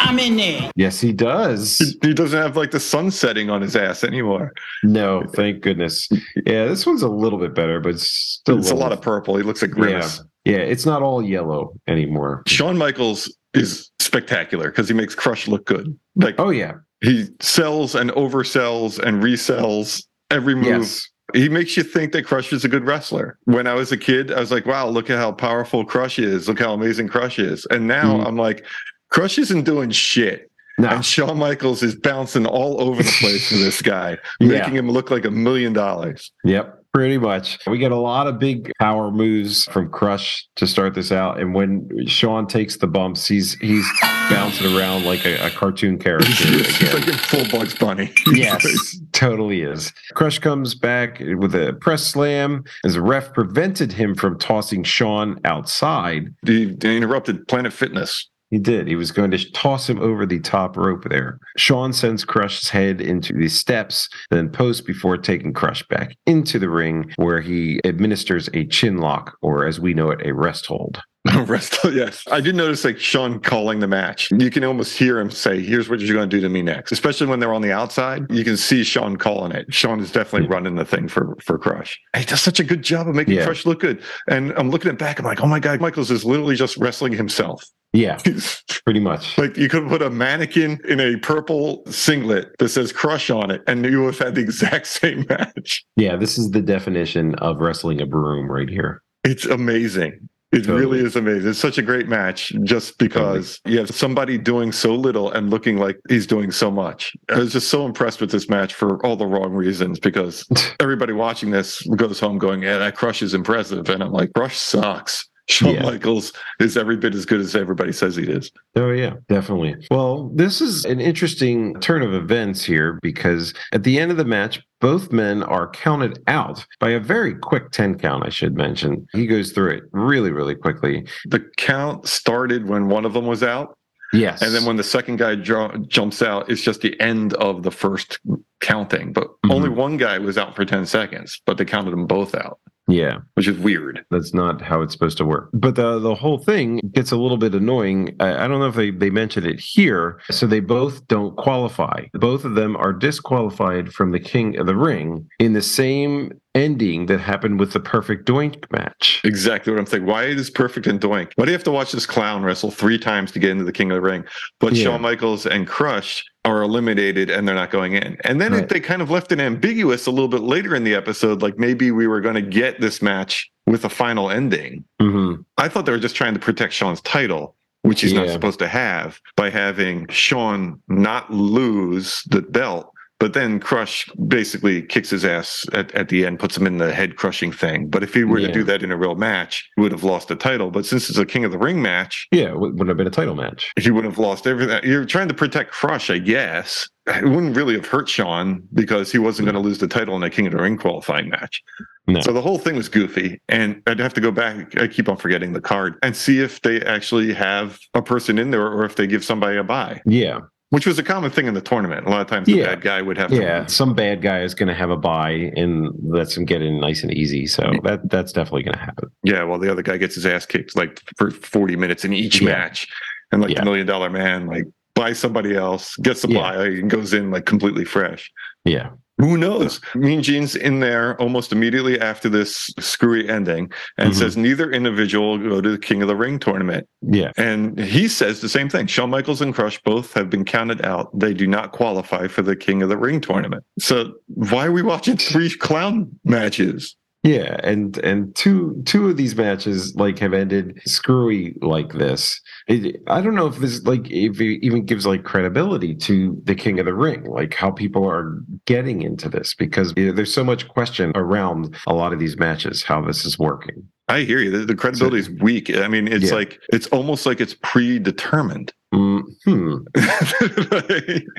G: I'm in there.
A: Yes, he does.
B: He doesn't have like the sun setting on his ass anymore.
A: No, thank goodness. Yeah, this one's a little bit better, but it's still
B: It's a lot
A: little-
B: of purple. He looks like grimace.
A: Yeah, it's not all yellow anymore.
B: Shawn Michaels is spectacular because he makes Crush look good. Like
A: Oh yeah,
B: he sells and oversells and resells every move.
A: yes,
B: He makes you think that Crush is a good wrestler. When I was a kid, I was like, wow, look at how powerful Crush is. Look how amazing Crush is. And now
A: Mhm.
B: I'm like, Crush isn't doing shit.
A: no,
B: And Shawn Michaels is bouncing all over the place for this guy,
A: Yeah.
B: making him look like a million dollars.
A: yep, pretty much. We get a lot of big power moves from Crush to start this out, and when Sean takes the bumps, he's he's bouncing around like a, a cartoon character
B: It's
A: again.
B: like a full Bugs Bunny.
A: Yes, totally is. Crush comes back with a press slam as the ref prevented him from tossing Sean outside.
B: He interrupted Planet Fitness.
A: He did. He was going to toss him over the top rope there. Sean sends Crush's head into the steps, then post before taking Crush back into the ring where he administers a chin lock, or as we know it, a rest hold.
B: Rest, yes. I did notice like Sean calling the match. You can almost hear him say, Here's what you're going to do to me next, especially when they're on the outside. You can see Sean calling it. Sean is definitely running the thing for, for Crush. He does such a good job of making
A: Yeah.
B: Crush look good. And I'm looking at back, I'm like, Oh my God, Michaels is literally just wrestling himself.
A: Yeah,
B: He's-
A: pretty much.
B: like you could put a mannequin in a purple singlet that says Crush on it, and you would have had the exact same match.
A: Yeah, this is the definition of wrestling a broom right here.
B: It's amazing. It
A: Totally.
B: really is amazing. It's such a great match just because you have somebody doing so little and looking like he's doing so much. I was just so impressed with this match for all the wrong reasons because everybody watching this goes home going, Yeah, that crush is impressive. And I'm like, Crush sucks. Shawn
A: Yeah.
B: Michaels is every bit as good as everybody says he is.
A: Oh, yeah, definitely. Well, this is an interesting turn of events here because at the end of the match, both men are counted out by a very quick 10 count, I should mention. He goes through it really, really quickly.
B: The count started when one of them was out.
A: Yes.
B: And then when the second guy jo- jumps out, it's just the end of the first counting. But
A: Mhm.
B: only one guy was out for 10 seconds, but they counted them both out,
A: yeah.
B: which is weird.
A: That's not how it's supposed to work. But the the whole thing gets a little bit annoying. I, I don't know if they, they mentioned it here. So they both don't qualify. Both of them are disqualified from the King of the Ring in the same ending that happened with the Perfect Doink match.
B: Exactly what I'm thinking. Why is perfect and doink? Why do you have to watch this clown wrestle three times to get into the King of the Ring? But
A: Yeah.
B: Shawn Michaels and Crush are eliminated and they're not going in. And then it-
A: Right.
B: they kind of left it ambiguous a little bit later in the episode, like maybe we were going to get this match with a final ending.
A: Mm-hmm.
B: I thought they were just trying to protect Sean's title, which he's not
A: Yeah.
B: supposed to have, by having Sean not lose the belt. But then Crush basically kicks his ass at, at the end, puts him in the head crushing thing. But if he were
A: Yeah.
B: to do that in a real match, he would have lost the title. But since it's a King of the Ring match,
A: Yeah, would would have been a title match.
B: he would have lost everything. You're trying to protect Crush, I guess. It wouldn't really have hurt Sean because he wasn't going to lose the title in a King of the Ring qualifying match.
A: No.
B: So the whole thing was goofy. And I'd have to go back. I keep on forgetting the card and see if they actually have a person in there or if they give somebody a buy,
A: Yeah,
B: which was a common thing in the tournament. A lot of times the
A: Yeah.
B: bad guy would have
A: yeah.
B: to.
A: Some bad guy is going to have a buy and lets him get in nice and easy. So that that's definitely going to happen.
B: Yeah. Well, the other guy gets his ass kicked like for 40 minutes in each
A: Yeah.
B: match. And like
A: Yeah.
B: the million dollar man, like buy somebody else, gets the
A: Yeah.
B: buy and goes in like completely fresh.
A: Yeah,
B: Who knows? Mean Gene's in there almost immediately after this screwy ending and
A: Mhm.
B: says neither individual will go to the King of the Ring tournament.
A: yeah,
B: And he says the same thing. Shawn Michaels and Crush both have been counted out. They do not qualify for the King of the Ring tournament. So why are we watching three clown matches?
A: yeah. And and two two of these matches like have ended screwy like this. it, I don't know if this like if it even gives like credibility to the King of the Ring, like how people are getting into this because you know, there's so much question around a lot of these matches, how this is working.
B: I hear you. The, the credibility is weak. I mean, it's
A: Yeah.
B: like it's almost like it's predetermined.
A: Mm, hmm.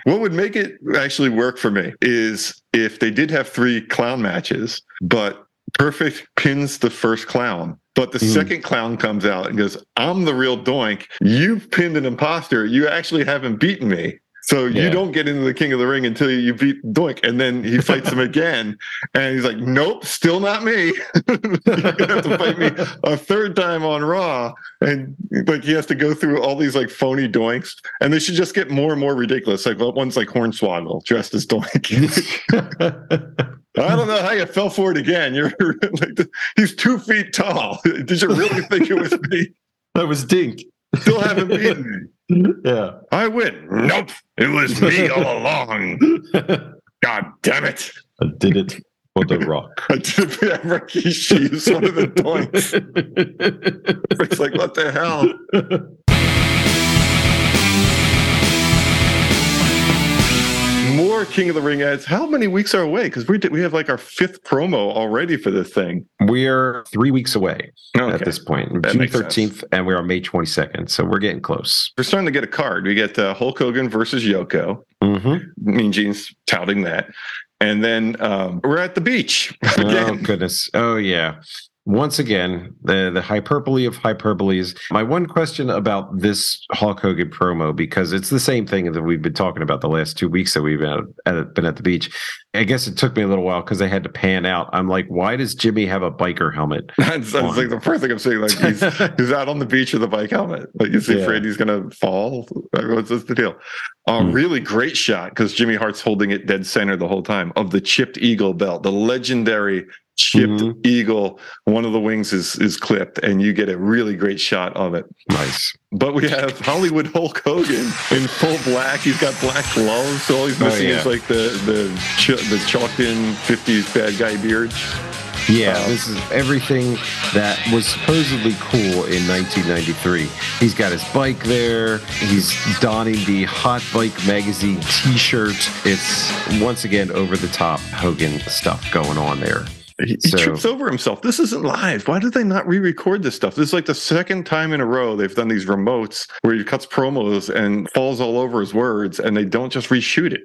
B: what would make it actually work for me is if they did have three clown matches, but Perfect pins the first clown, but the
A: Mm.
B: second clown comes out and goes, I'm the real doink. You've pinned an imposter. You actually haven't beaten me. So
A: Yeah.
B: you don't get into the King of the Ring until you beat Doink, and then he fights him again, and he's like, "Nope, still not me. You're gonna have to fight me a third time on Raw." And like he has to go through all these like phony Doinks, and they should just get more and more ridiculous. Like well, one's like Hornswoggle dressed as Doink. I don't know how you fell for it again. You're like he's two feet tall. Did you really think it was me?
A: That was Dink.
B: Still haven't beaten me.
A: Yeah.
B: I win. Nope. It was me all along. God damn it.
A: I did it for the rock.
B: I did the Ricky She's one of the doinks. It's like, what the hell? More King of the Ring ads. How many weeks are away? Because we did, we have like our fifth promo already for this thing.
A: We're three weeks away at this point.
B: That
A: June
B: makes sense.
A: 13th, and we're on May 22nd. So we're getting close.
B: We're starting to get a card. We get uh, Hulk Hogan versus Yoko.
A: Mm-hmm.
B: Mean Gene's touting that. And then um, we're at the beach
A: Oh,
B: again.
A: goodness. Oh, yeah. once again, the, the hyperbole of hyperboles. My one question about this Hulk Hogan promo, because it's the same thing that we've been talking about the last two weeks that we've been at, at- been at the beach. I guess it took me a little while because I had to pan out. I'm like, why does Jimmy have a biker helmet?
B: That's, that's like the first thing I'm seeing. Like he's, he's out on the beach with a bike helmet. Like is he
A: Yeah.
B: afraid he's gonna fall? Like, What's, what's the deal? Uh,
A: Hmm.
B: Really great shot because Jimmy Hart's holding it dead center the whole time of the chipped eagle belt, the legendary chipped
A: Mhm.
B: eagle. One of the wings is is clipped, and you get a really great shot of it.
A: Nice.
B: But we have Hollywood Hulk Hogan in full black. He's got black gloves. So all he's
A: Oh,
B: missing
A: yeah.
B: is like the the ch- the chalked in '50s bad guy beard.
A: Yeah,
B: Wow.
A: this is everything that was supposedly cool in 1993. He's got his bike there. He's donning the Hot Bike Magazine t shirt. It's once again over the top Hogan stuff going on there.
B: He,
A: So-
B: he trips over himself. This isn't live. Why did they not re-record this stuff? This is like the second time in a row they've done these remotes where he cuts promos and falls all over his words, and they don't just reshoot it.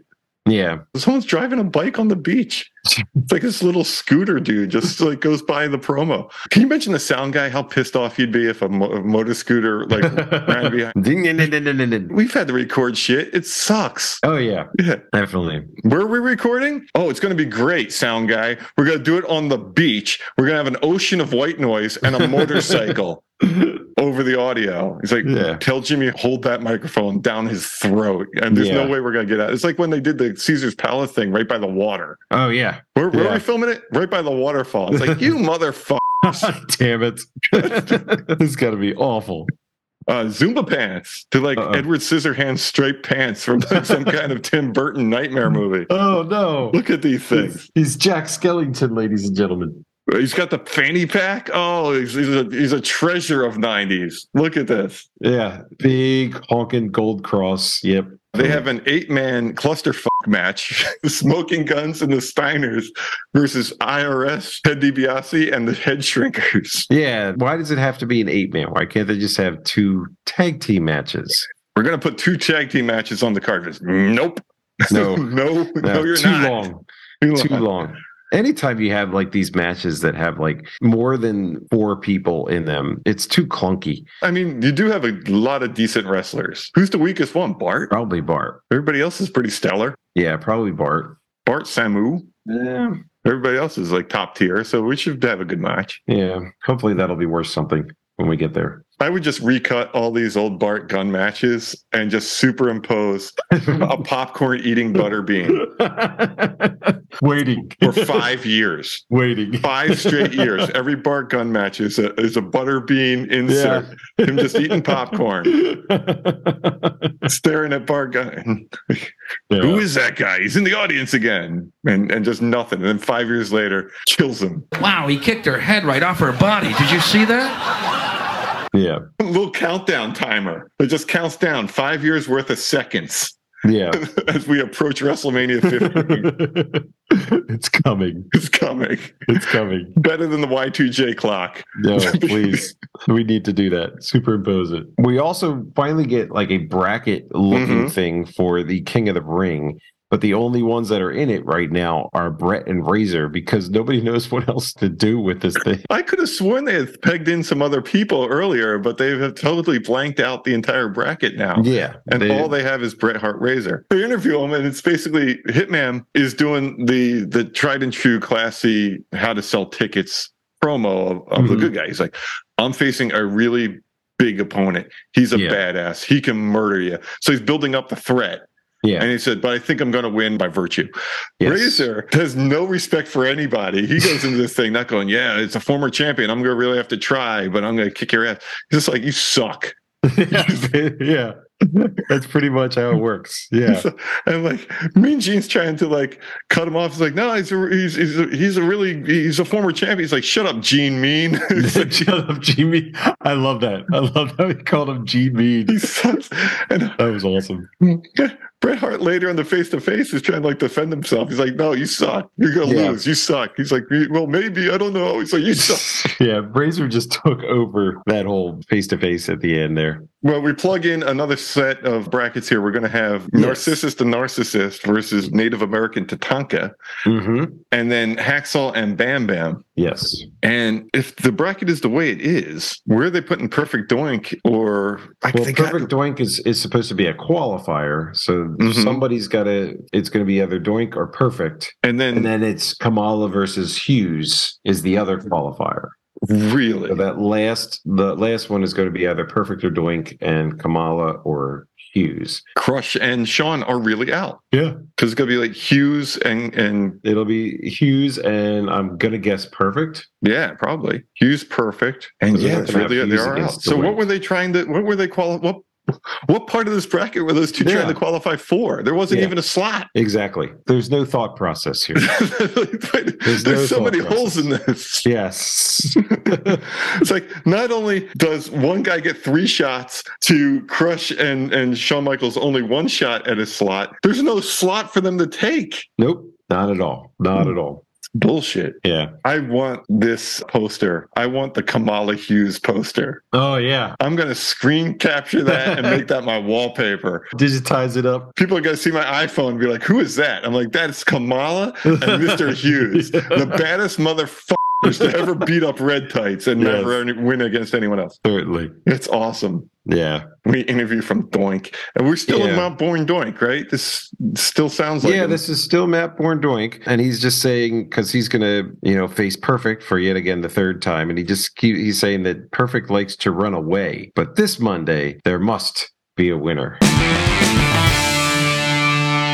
A: Yeah.
B: Someone's driving a bike on the beach. It's like this little scooter dude just like goes by the promo. Can you mention the sound guy? How pissed off you'd be if a, mo- a motor scooter like ran behind.
A: Ding, ding, ding, ding, ding, ding.
B: We've had to record shit. It sucks.
A: Oh, yeah,
B: Yeah.
A: definitely.
B: Where are we recording? Oh, it's going to be great, sound guy. We're going to do it on the beach. We're going to have an ocean of white noise and a motorcycle over the audio. He's like,
A: Yeah.
B: tell Jimmy, hold that microphone down his throat. And there's
A: Yeah.
B: no way we're going to get out. It's like when they did the Caesar's Palace thing right by the water.
A: Oh, yeah.
B: Where, where are
A: Yeah.
B: we filming it? Right by the waterfall. It's like, you motherfucker.
A: Damn it. this has got to be awful.
B: Uh, Zumba pants to like
A: Uh-oh.
B: Edward Scissorhands striped pants from like, some kind of Tim Burton nightmare movie.
A: Oh, no.
B: Look at these things.
A: He's, he's Jack Skellington, ladies and gentlemen.
B: He's got the fanny pack. Oh, he's, he's a he's a treasure of '90s. Look at this.
A: Yeah, big honking gold cross. Yep.
B: They have an eight-man clusterfuck match: the Smoking Guns and the Steiners versus IRS, Ted DiBiase, and the Head Shrinkers.
A: Yeah. Why does it have to be an eight man? Why can't they just have two tag team matches?
B: We're gonna put two tag team matches on the card. Nope.
A: No.
B: no, no, you're
A: too
B: not.
A: long.
B: Too
A: Too long. Anytime you have like these matches that have like more than four people in them, it's too clunky.
B: I mean, you do have a lot of decent wrestlers. Who's the weakest one? Bart.
A: Probably Bart.
B: Everybody else is pretty stellar.
A: Yeah, probably Bart.
B: Bart Samu.
A: Yeah.
B: Everybody else is like top tier, so we should have a good match.
A: Yeah. Hopefully that'll be worth something when we get there.
B: I would just recut all these old Bart gun matches and just superimpose a popcorn eating butter bean
A: Waiting.
B: for five years.
A: Waiting.
B: Five straight years. Every Bart gun match is a, is a butter bean insert. Him just eating popcorn, staring at Bart gun. Who is that guy? He's in the audience again. And and just nothing. And then five years later, chills him.
F: Wow, he kicked her head right off her body. Did you see that?
A: Yeah.
B: little countdown timer. It just counts down five years worth of seconds
A: Yeah.
B: as we approach WrestleMania 15.
A: it's coming.
B: it's coming.
A: It's coming.
B: better than the Y2J clock.
A: No, please. we need to do that. Superimpose it. We also finally get like a bracket looking thing for the King of the Ring. But the only ones that are in it right now are Brett and Razor because nobody knows what else to do with this thing.
B: I could have sworn they had pegged in some other people earlier, but they have totally blanked out the entire bracket now.
A: Yeah.
B: And
A: they-
B: all they have is Bret Hart Razor. They interview him, and it's basically Hitman is doing the the tried and true, classy how to sell tickets promo of, of the
A: Mhm.
B: good guy. He's like, I'm facing a really big opponent. He's a
A: Yeah.
B: badass. He can murder you. So he's building up the threat.
A: yeah.
B: And he said, But I think I'm going to win by virtue.
A: yes.
B: Razor has no respect for anybody. He goes into this thing not going, yeah, it's a former champion. I'm going to really have to try, but I'm going to kick your ass. He's just like, you suck.
A: yeah. That's pretty much how it works. Yeah.
B: and like Mean Gene's trying to like cut him off. He's like, no, he's a, he's, he's, a, he's a really, he's a former champion. He's like, shut up, Gene Mean. He's like,
A: Shut up, Jimmy. I love that. I love how he called him G Mead.
B: he sucks. And
A: That was awesome.
B: Bret Hart later on the face to face is trying to like defend himself. He's like, no, you suck. You're going to
A: Yeah.
B: lose. You suck. He's like, well, maybe. I don't know. He's like, you suck.
A: yeah, Razor just took over that whole face to face at the end there.
B: Well, we plug in another set of brackets here. We're going to have
H: Yes.
B: Narcissus the Narcissist versus Native American Tatanka,
H: Mm-hmm.
B: and then Hacksaw and Bam Bam.
H: Yes.
B: And if the bracket is the way it is, where are they putting Perfect Doink or I
H: Well,
B: think I-
H: perfect doink is, is supposed to be a qualifier, so
B: Mhm.
H: somebody's got to. It's going to be either doink or perfect,
B: and then
H: and then it's Kamala versus Hughes is the other qualifier.
B: really
H: So that last, the last one is going to be either perfect or doink, and Kamala or Hughes.
B: Crush and Sean are really out
H: Yeah,
B: because it's going to be like Hughes and and
H: it'll be Hughes, and I'm going to guess perfect.
B: yeah probably Hughes perfect and
H: Because they're
B: yeah
H: not
B: it's
H: gonna have
B: really they
H: Hughes
B: are out.
H: against
B: So what
H: Doink.
B: were they trying to what were they quali- what what part of this bracket were those two
H: Yeah.
B: trying to qualify for? There wasn't
H: Yeah.
B: even a slot.
H: Exactly. There's no thought process here.
B: There's, so
H: no thought
B: many
H: process.
B: holes in this.
H: yes.
B: it's like not only does one guy get three shots to crush and and Shawn Michaels only one shot at a slot. There's no slot for them to take.
H: nope. Not at all. Not at all.
B: Bullshit.
H: Yeah.
B: I want this poster. I want the Kamala Hughes poster.
H: Oh yeah.
B: I'm gonna screen capture that and make that my wallpaper.
H: Digitize it up.
B: People are gonna see my iPhone and be like, "Who is that?" I'm like, "That's Kamala and Mr. Hughes, the baddest motherfuckers to ever beat up red tights and never win against anyone else."
H: Certainly.
B: It's awesome.
H: Yeah.
B: we interview from Doink, and we're still in
H: Yeah.
B: Mount Bourne Doink, right? This still sounds like
H: yeah,
B: him.
H: this is still Matt Bourne Doink, and he's just saying because he's going to, you know, face Perfect for yet again the third time, and he just keep, he's saying that Perfect likes to run away, but this Monday there must be a winner.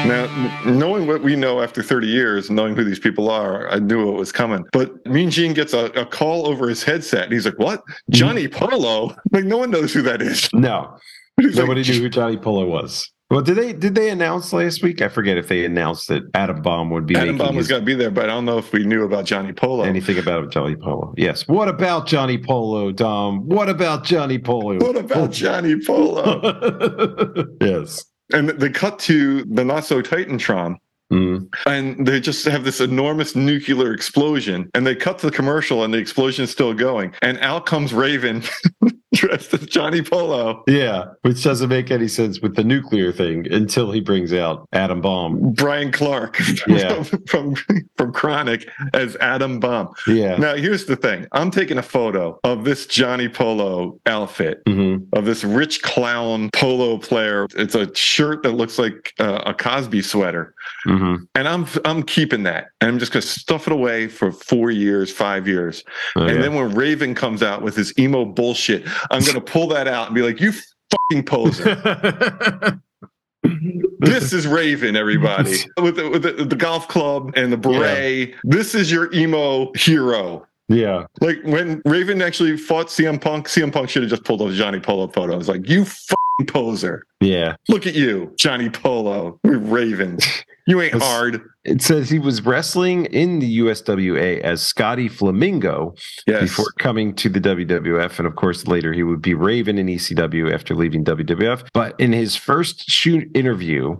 B: now. n- Knowing what we know after 30 years, and knowing who these people are, I knew it was coming. But Mean Gene gets a, a call over his headset, and he's like, "What?
H: Hmm.
B: Johnny Polo? Like no one knows who that is."
H: No,
B: He's like,
H: nobody knew who Johnny Polo was. Well, did they did they announce last week? I forget if they announced that Adam Bomb would be
B: Adam
H: making
B: Bomb was
H: his-
B: going to be there, but I don't know if we knew about Johnny Polo.
H: anything about Johnny Polo. Yes. What about Johnny Polo, Dom? What about Johnny Polo?
B: what about Johnny Polo?
H: yes.
B: and they cut to the not so Titantron,
H: Mm.
B: and they just have this enormous nuclear explosion and they cut to the commercial and the explosion's still going and out comes raven dressed as johnny polo
H: Yeah, which doesn't make any sense with the nuclear thing until he brings out Adam Bomb.
B: brian clark
H: Yeah.
B: from, from from chronic as adam bomb
H: Yeah.
B: now here's the thing i'm taking a photo of this johnny polo outfit
H: Mhm.
B: of this rich clown polo player it's a shirt that looks like uh, a cosby sweater
H: Mhm.
B: and I'm I'm keeping that, and I'm just gonna stuff it away for four years, five years,
H: Okay.
B: and then when Raven comes out with his emo bullshit, I'm gonna pull that out and be like, "You fucking poser! this is Raven, everybody, with the, with the, the golf club and the beret. This is your emo hero."
H: yeah.
B: Like when Raven actually fought CM Punk, CM Punk should have just pulled off Johnny Polo photo. I was like, "You fucking poser!
H: Yeah.
B: Look at you, Johnny Polo, Raven. You ain't
H: That's-
B: hard."
H: It says he was wrestling in the USWA as Scotty Flamingo
B: Yes.
H: before coming to the WWF. And of course, later he would be Raven in ECW after leaving WWF. But in his first shoot interview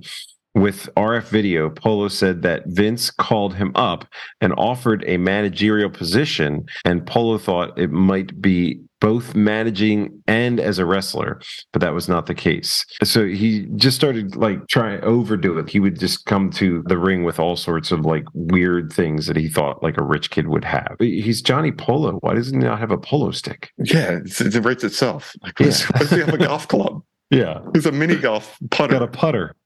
H: with RF Video, Polo said that Vince called him up and offered a managerial position. And Polo thought it might be both managing and as a wrestler, but that was not the case. So he just started like trying to overdo it. He would just come to the ring with all sorts of like weird things that he thought like a rich kid would have. He's Johnny Polo. Why does he not have a polo stick?
B: Yeah, it's, it writes itself. Like, what's,
H: Yeah.
B: what's he have a golf club?
H: Yeah.
B: He's a mini golf
H: Got a
B: putter.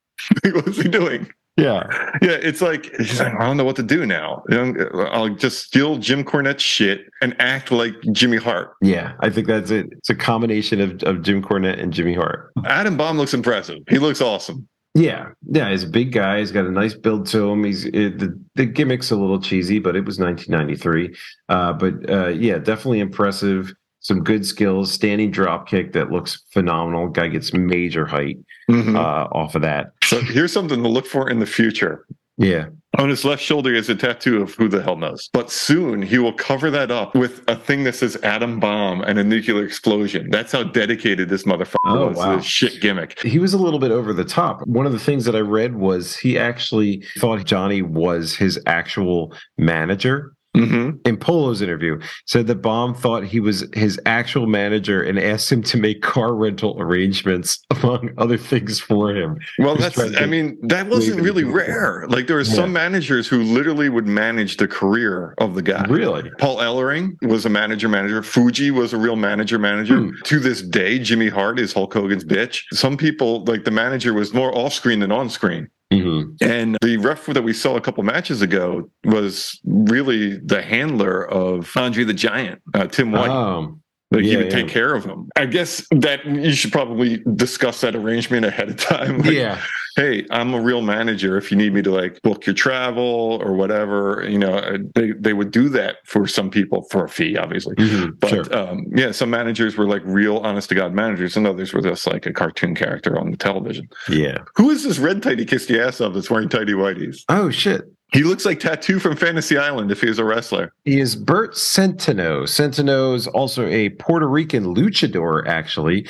H: putter.
B: what's he doing?
H: Yeah.
B: Yeah, it's like he's like, I don't know what to do now. You know, I'll just steal Jim Cornette's shit and act like Jimmy Hart.
H: Yeah. I think that's it. It's a combination of, of Jim Cornette and Jimmy Hart.
B: Adam Baum looks impressive. He looks awesome.
H: Yeah, yeah, he's a big guy. He's got a nice build to him. He's it, the the gimmick's a little cheesy, but it was 1993. Uh, but uh, yeah, definitely impressive. Some good skills. Standing drop kick that looks phenomenal. Guy gets major height uh,
B: Uh,
H: off of that.
B: so here's something to look for in the future.
H: Yeah,
B: On his left shoulder is a tattoo of who the hell knows. But soon he will cover that up with a thing that says atom bomb and a nuclear explosion. That's how dedicated this motherfucker
H: Oh,
B: was to
H: wow.
B: this shit gimmick.
H: he was a little bit over the top. One of the things that I read was he actually thought Johnny was his actual manager.
B: Mm-hmm.
H: in Polo's interview said that Baum thought he was his actual manager and asked him to make car rental arrangements among other things for him.
B: Well, that's,
H: Just trying to
B: I mean, that wasn't
H: leave it
B: really
H: in.
B: rare. Like, there were some managers who literally would manage the career of the guy.
H: Really?
B: Paul Ellering was a manager manager. Fuji was a real manager manager.
H: Hmm.
B: To this day, Jimmy Hart is Hulk Hogan's bitch. Some people, like the manager, was more off screen than on screen.
H: Mhm.
B: And the ref that we saw a couple matches ago was really the handler of Andre the Giant, uh, Tim White.
H: Um,
B: Like he
H: Yeah,
B: would
H: yeah.
B: take care of him. I guess that you should probably discuss that arrangement ahead of time. Like,
H: yeah.
B: Hey, I'm a real manager. If you need me to like book your travel or whatever, you know, uh, they, they would do that for some people for a fee, obviously.
H: Mhm.
B: But
H: sure.
B: um, yeah, some managers were like real honest to God managers, and others were just like a cartoon character on the television.
H: Yeah.
B: Who is this red tighty kissed the ass of that's wearing tighty whities?
H: Oh shit.
B: He looks like Tattoo from Fantasy Island if he was a wrestler.
H: He is Bert Centeno. Centeno is also a Puerto Rican luchador, actually,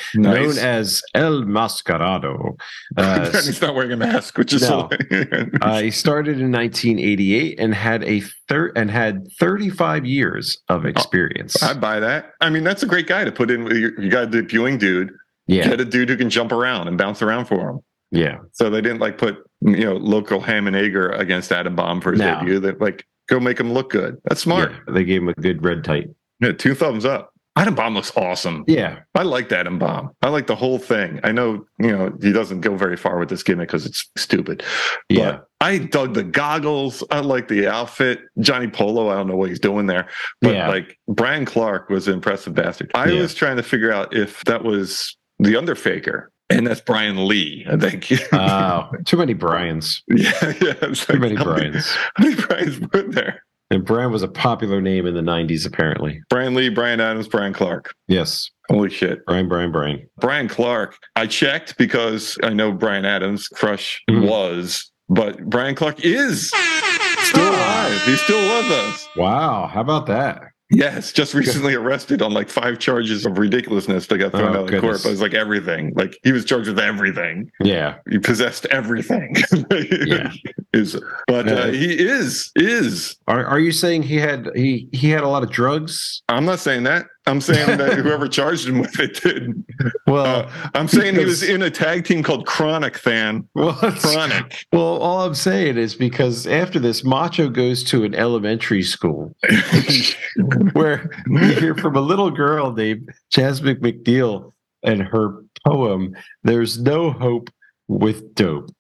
H: known as El Mascarado. Uh,
B: and he's not wearing a mask, which is
H: No.
B: hilarious.
H: Uh, he started in 1988 and had a thir- and had 35 years of experience.
B: I buy that. I mean, that's a great guy to put in. with your- You got a debuting dude.
H: yeah,
B: Get a dude who can jump around and bounce around for him.
H: yeah,
B: So they didn't like put you know local Ham and Ager against Adam Bomb for his
H: No.
B: debut. That like go make him look good. That's smart.
H: yeah. They gave him a good red tight.
B: Yeah, two thumbs up. Adam Bomb looks awesome.
H: Yeah,
B: I liked Adam Bomb. I like the whole thing. I know you know he doesn't go very far with this gimmick because it's stupid.
H: yeah.
B: But I dug the goggles. I like the outfit. Johnny Polo, I don't know what he's doing there. But
H: Yeah.
B: like Brian Clark was an impressive bastard. I
H: Yeah.
B: was trying to figure out if that was the underfaker. And that's Brian Lee, I think. yeah,
H: Oh, too many Brian's.
B: yeah. it's
H: Too
B: like,
H: many
B: how
H: Brian's.
B: How many Brian's were there?
H: And Brian was a popular name in the 90s, apparently.
B: Brian Lee, Brian Adams, Brian Clark.
H: Yes,
B: Holy shit.
H: Brian, Brian, Brian.
B: Brian Clark, I checked because I know Brian Adams' crush
H: Mhm.
B: was, but Brian Clark is still alive. He's still with us.
H: Wow, how about that?
B: Yes, just recently arrested on like five charges of ridiculousness that got thrown
H: Oh,
B: out of the court.
H: goodness.
B: But it was like everything. Like he was charged with everything.
H: Yeah,
B: He possessed everything.
H: Yeah.
B: Is but uh,
H: Yeah.
B: he is is.
H: are are you saying he had he he had a lot of drugs?
B: I'm not saying that. I'm saying that whoever charged him with it did.
H: Well,
B: Uh, I'm saying he was
H: because-
B: in a tag team called Chronic Than.
H: well,
B: Chronic.
H: well, all I'm saying is because after this, Macho goes to an elementary school where we hear from a little girl named Jasmine McNeil and her poem, There's No Hope with Dope.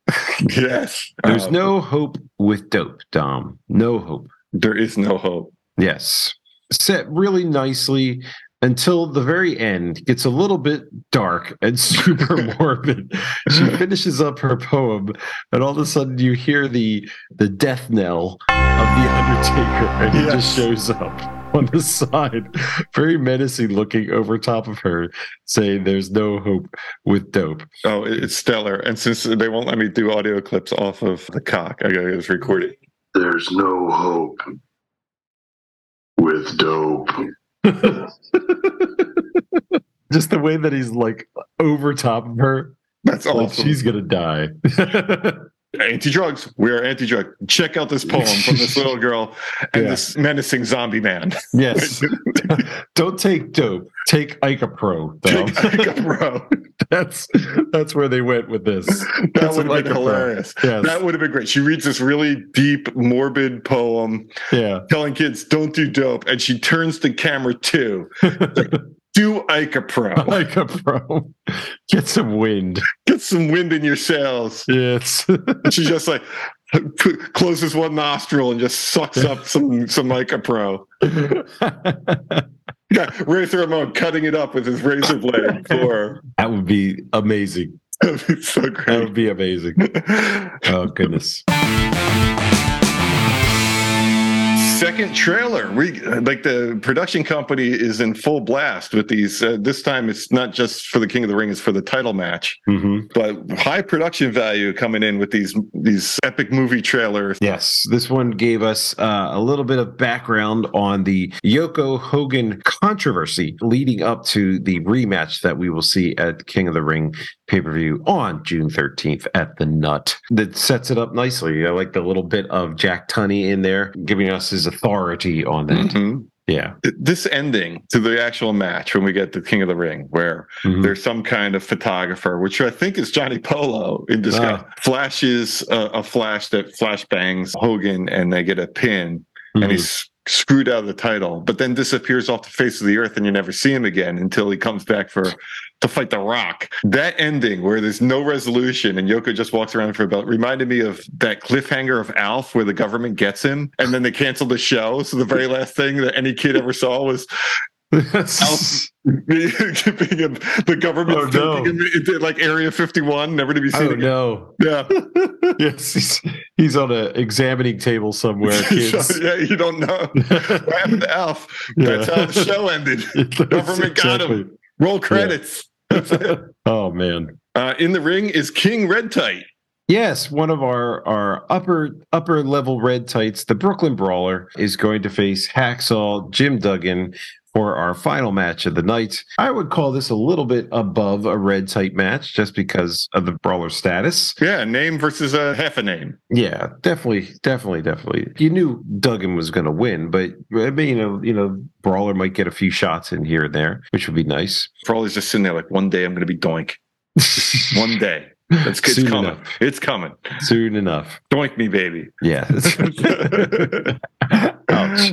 B: yes.
H: There's
B: Uh,
H: no hope with dope, Dom. No hope.
B: There is no hope.
H: Yes. Set really nicely until the very end gets a little bit dark and super morbid. she finishes up her poem, and all of a sudden you hear the the death knell of the Undertaker, and he
B: Yes.
H: just shows up on the side, very menacing looking over top of her, saying there's no hope with dope.
B: Oh, it- it's stellar. And since they won't let me do audio clips off of the cock, I gotta just record it.
I: There's no hope with dope.
H: Just the way that he's like over top of her,
B: That's
H: like
B: awesome.
H: she's gonna die.
B: anti-drugs we are anti-drug check out this poem from this little girl and
H: Yeah.
B: this menacing zombie man
H: yes. Don't take dope. Take Icapro. Dom.
B: Take Ichabod Row.
H: that's that's where they went with this.
B: that
H: That's
B: would
H: what
B: have been
H: Ichabod-
B: hilarious
H: Yes.
B: that would have been great she reads this really deep morbid poem
H: yeah.
B: telling kids don't do dope and she turns the camera to like, do Icapro.
H: Icapro. Get some wind.
B: Get some wind in your sails.
H: Yes.
B: And she just like p- closes one nostril and just sucks up some some Icapro.
H: that
B: Yeah, Razor Ramon cutting it up with his razor blade for
H: would be amazing.
B: it's so
H: That
B: great.
H: would be amazing. Oh goodness.
B: Second trailer. We like the production company is in full blast with these. Uh, this time it's not just for the King of the Ring; it's for the title match.
H: hmm
A: Mm-hmm.
B: But high production value coming in with these these epic movie trailers.
H: Yes, this one gave us uh, a little bit of background on the Yoko Hogan controversy leading up to the rematch that we will see at King of the Ring
A: pay per view on June 13th at the Nut. That sets it up nicely. I like the little bit of Jack Tunney in there giving us his authority on that.
B: Mhm.
A: Yeah.
B: This ending to the actual match when we get to King of the Ring, where
A: Mhm.
B: there's some kind of photographer, which I think is Johnny Polo in disguise, flashes a, a flash that flash bangs Hogan and they get a pin and he's screwed out of the title, but then disappears off the face of the earth and you never see him again until he comes back for to fight the rock. That ending where there's no resolution and Yoko just walks around for a belt reminded me of that cliffhanger of Alf where the government gets him and then they cancel the show. So the very last thing that any kid ever saw was Alf being the government
A: Oh, no.
B: taking him into like Area 51, never to be seen
A: oh
B: again.
A: no.
B: Yeah.
A: yes, he's, he's on a examining table somewhere,
B: So,
A: kids.
B: yeah, you don't know. What happened to Alf? That's
A: Yeah.
B: how the show ended. Government got him. Roll credits.
A: Oh man.
B: Uh, in the ring is King Red Tight.
A: Yes, one of our our upper upper level red tights, the Brooklyn Brawler, is going to face Hacksaw Jim Duggan for our final match of the night. I would call this a little bit above a red tight match just because of the brawler status.
B: Yeah, name versus a half a name.
A: Yeah, definitely, definitely, definitely. You knew Duggan was going to win, but I mean, you know, you know, Brawler might get a few shots in here and there, which would be nice.
B: Brawler's just sitting there like, one day I'm going to be Doink. One day. That's it's
A: Soon
B: coming.
A: enough.
B: It's coming.
A: Soon enough.
B: Doink me, baby.
A: Yeah. Ouch.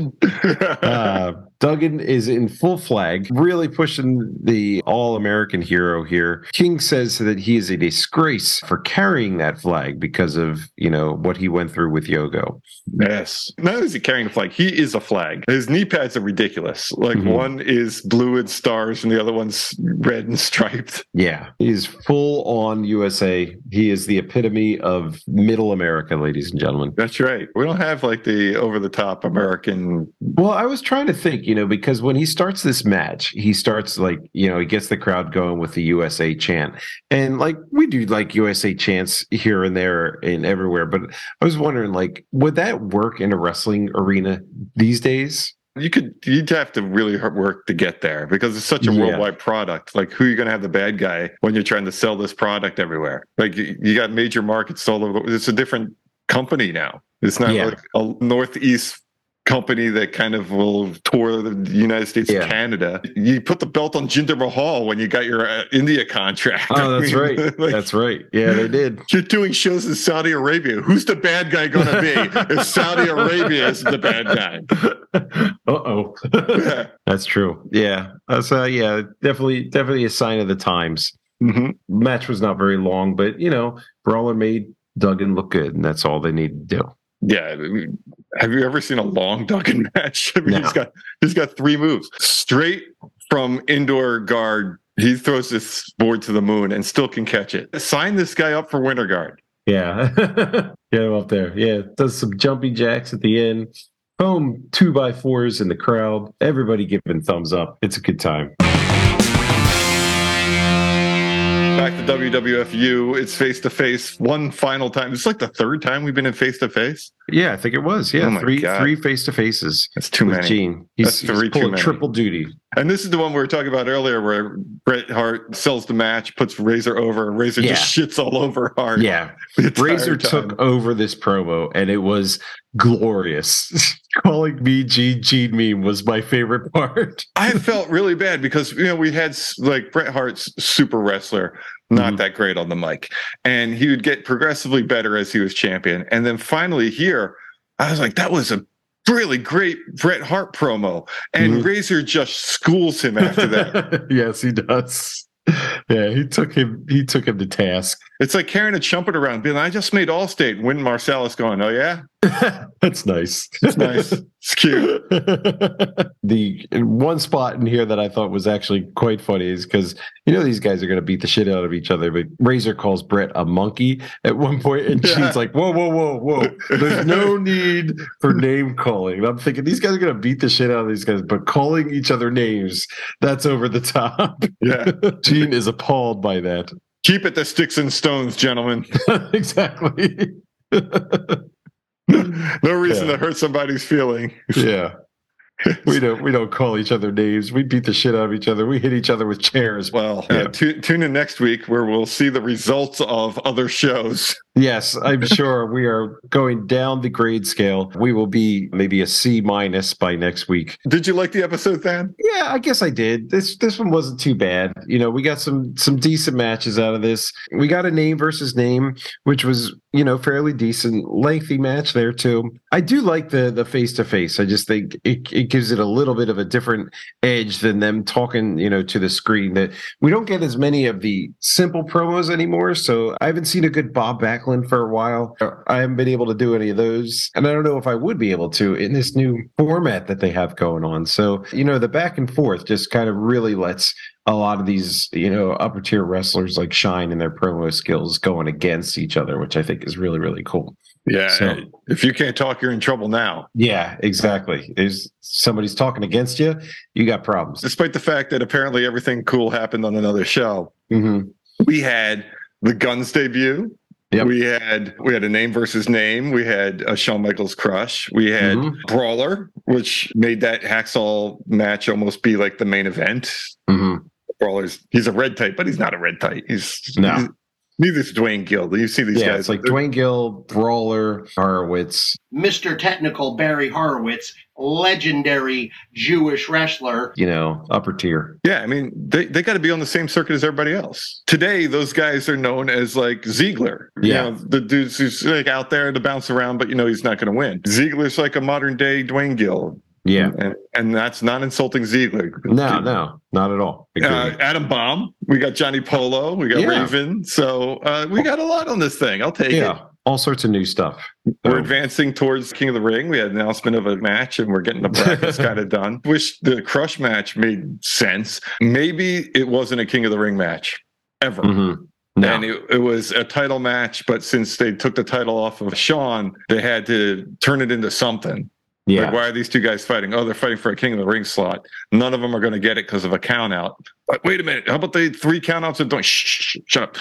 A: Uh, Duggan is in full flag, really pushing the all American hero here. King says that he is a disgrace for carrying that flag because of, you know, what he went through with Yogo.
B: Yes. Not only is he carrying a flag, he is a flag. His knee pads are ridiculous. Like
A: Mhm.
B: one is blue and stars, and the other one's red and striped.
A: Yeah, he's full on USA. He is the epitome of middle America, ladies and gentlemen.
B: That's right. We don't have like the over the top American.
A: Well, I was trying to think, you know, because when he starts this match, he starts like, you know, he gets the crowd going with the USA chant. And like we do like USA chants here and there and everywhere, but I was wondering like would that work in a wrestling arena these days?
B: You could you'd have to really hard work to get there because it's such a
A: Yeah.
B: worldwide product. Like who are you going to have the bad guy when you're trying to sell this product everywhere? Like you, you got major markets all over. It's a different company now. It's not
A: Yeah.
B: like a northeast company that kind of will tour the United States
A: Yeah.
B: and Canada. You put the belt on Jinder Mahal when you got your uh, India contract.
A: Oh, that's
B: I mean,
A: right.
B: like-
A: that's right. Yeah, they did.
B: you're doing shows in Saudi Arabia. Who's the bad guy going to be if Saudi Arabia is the bad guy?
A: Uh-oh. That's true. Yeah. That's uh yeah, definitely definitely a sign of the times.
B: Mhm.
A: Match was not very long, but you know, Brawler made Duggan look good, and that's all they need to do.
B: Yeah. I mean, Have you ever seen a long Duggan match? I mean,
A: No.
B: he's got he's got three moves straight from indoor guard. He throws this board to the moon and still can catch it. Sign this guy up for winter guard.
A: Yeah. Get him up there. Yeah. Does some jumpy jacks at the end. Boom, two by fours in the crowd. Everybody giving thumbs up. It's a good time.
B: Back to WWFU. It's face to face one final time. It's like the third time we've been in face to face.
A: Yeah, I think it was. Yeah,
B: Oh my
A: three three
B: God.
A: face to faces
B: That's too
A: with
B: many.
A: Gene. He's,
B: That's three
A: he's
B: too
A: pulling
B: many.
A: triple duty.
B: And this is the one we were talking about earlier where Bret Hart sells the match, puts Razor over, and Razor just shits all over Hart.
A: Yeah.
B: the entire
A: Razor
B: time.
A: took over this promo and it was glorious. Calling me Gene Gene meme was my favorite part.
B: I felt really bad because, you know, we had s- like Bret Hart's super wrestler, not
H: Mm-hmm.
A: Mhm.
B: that great on the mic. And he would get progressively better as he was champion. And then finally here, I was like, that was a really great Bret Hart promo. And
A: Mhm.
B: Razor just schools him after that.
A: yes, he does. Yeah, he took him he took him to task.
B: it's like carrying a trumpet around, being like, I just made Allstate. When Marsalis going, oh, yeah,
A: That's nice.
B: it's nice. it's cute.
A: the one spot in here that I thought was actually quite funny is because you know these guys are going to beat the shit out of each other, but Razor calls Brett a monkey at one point, and
B: Yeah.
A: she's like, "Whoa, whoa, whoa, whoa! There's no need for name calling." And I'm thinking these guys are going to beat the shit out of these guys, but calling each other names—that's over the top.
B: Yeah.
A: Gene is appalled by that.
B: Keep it the sticks and stones, gentlemen.
A: exactly.
B: No reason
A: Yeah.
B: to hurt somebody's feeling.
A: yeah. we don't we don't call each other names. We beat the shit out of each other. We hit each other with chairs.
B: Well,
A: Yeah.
B: uh, tu- tune in next week where we'll see the results of other shows.
A: Yes, I'm sure we are going down the grade scale. We will be maybe a C minus by next week.
B: Did you like the episode, Thad?
A: Yeah, I guess I did. This this one wasn't too bad. You know, we got some some decent matches out of this. We got a name versus name, which was you know fairly decent, lengthy match there too. I do like the the face to face. I just think it it gives it a little bit of a different edge than them talking you know to the screen. That we don't get as many of the simple promos anymore. So I haven't seen a good Bob Backlund for a while. I haven't been able to do any of those, and I don't know if I would be able to in this new format that they have going on. So you know, the back and forth just kind of really lets a lot of these you know upper tier wrestlers like shine in their promo skills going against each other, which I think is really really cool.
B: Yeah.
A: So-
B: If you can't talk, you're in trouble now.
A: Yeah, exactly. Is somebody's talking against you? You got problems.
B: Despite the fact that apparently everything cool happened on another show,
A: hmm
B: we had the Guns debut.
A: Yep.
B: We had we had a name versus name. We had a Shawn Michaels crush. We had
A: Mhm.
B: Brawler, which made that hacksaw match almost be like the main event.
A: hmm
B: Brawler's he's a red type, but he's not a red type. He's
A: No.
B: he's- neither's Dwayne Gill. You see these
A: Yeah,
B: guys
A: it's like
B: they're-
A: Dwayne Gill, Brawler, Horowitz.
J: Mr. Technical Barry Horowitz, legendary Jewish wrestler.
A: You know, upper tier.
B: Yeah, I mean, they, they got to be on the same circuit as everybody else. Today, those guys are known as like Ziegler.
A: Yeah.
B: You know, the dudes who's like out there to bounce around, but you know, he's not going to win. Ziegler's like a modern day Dwayne Gill.
A: Yeah.
B: And, and that's not insulting Ziegler.
A: No, no, not at all.
B: Uh, Adam Bomb, we got Johnny Polo, we got
A: Yeah.
B: Raven. So uh, we got a lot on this thing. I'll take it.
A: yeah, all sorts of new stuff.
B: We're
A: So-
B: advancing towards King of the Ring. We had an announcement of a match and we're getting the brackets kind of done. Wish the Crush match made sense. Maybe it wasn't a King of the Ring match ever.
A: Mhm. No.
B: And it, it was a title match, but since they took the title off of Sean, they had to turn it into something.
A: yeah.
B: Like, why are these two guys fighting? Oh, they're fighting for a King of the Ring slot. None of them are going to get it because of a count out. But wait a minute. How about the three count outs of doing? Shh, shh, shh, shut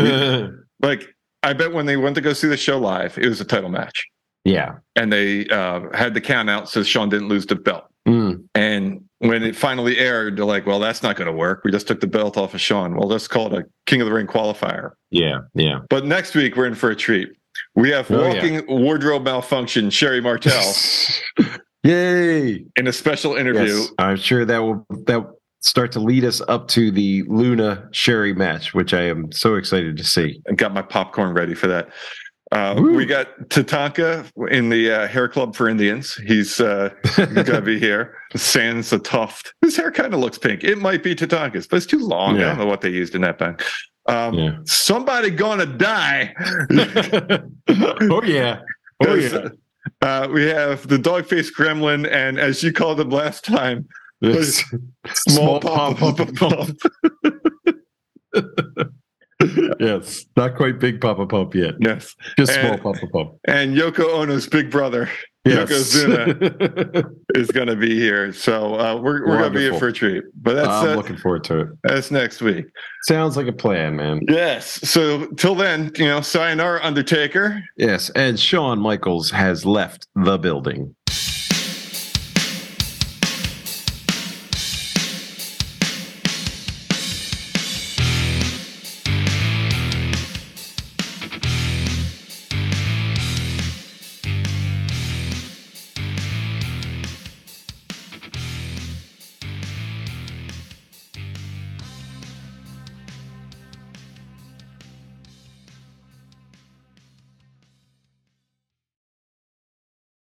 B: up. Like, I bet when they went to go see the show live, it was a title match
A: yeah.
B: and they uh, had the count out so Sean didn't lose the belt.
A: Mm.
B: And when it finally aired, they're like, well, that's not going to work. We just took the belt off of Sean. Well, let's call it a King of the Ring qualifier.
A: Yeah. Yeah.
B: But next week, we're in for a treat. We have
A: Oh, yeah.
B: walking wardrobe malfunction, Sherry Martel,
A: Yay.
B: in a special interview.
A: Yes. I'm sure that will that will start to lead us up to the Luna Sherry match, which I am so excited to see.
B: and got my popcorn ready for that. Uh,
A: Woo.
B: we got Tatanka in the uh, hair club for Indians. He's uh, going to be here. Sans a tuft. His hair kind of looks pink. It might be Tatanka's, but it's too long. I
A: Yeah.
B: don't know what they used in that band. Um,
A: Yeah.
B: Somebody going to die.
A: oh yeah. Oh yeah.
B: Uh, we have the dog faced gremlin, and as you called him last time,
A: Yes.
B: small, pop, pop, pop, pop.
A: yes. Not quite big Papa Pump yet.
B: Yes.
A: Just
B: And-
A: small Papa Pump.
B: And Yoko Ono's big brother.
A: Yes.
B: is going to be here. So uh, we're, we're going to be here
A: Wonderful.
B: for a treat. But that's
A: I'm
B: uh,
A: looking forward to it.
B: that's next week.
A: Sounds like a plan, man.
B: Yes. So till then, you know, sayonara, Undertaker.
A: Yes, and Shawn Michaels has left the building.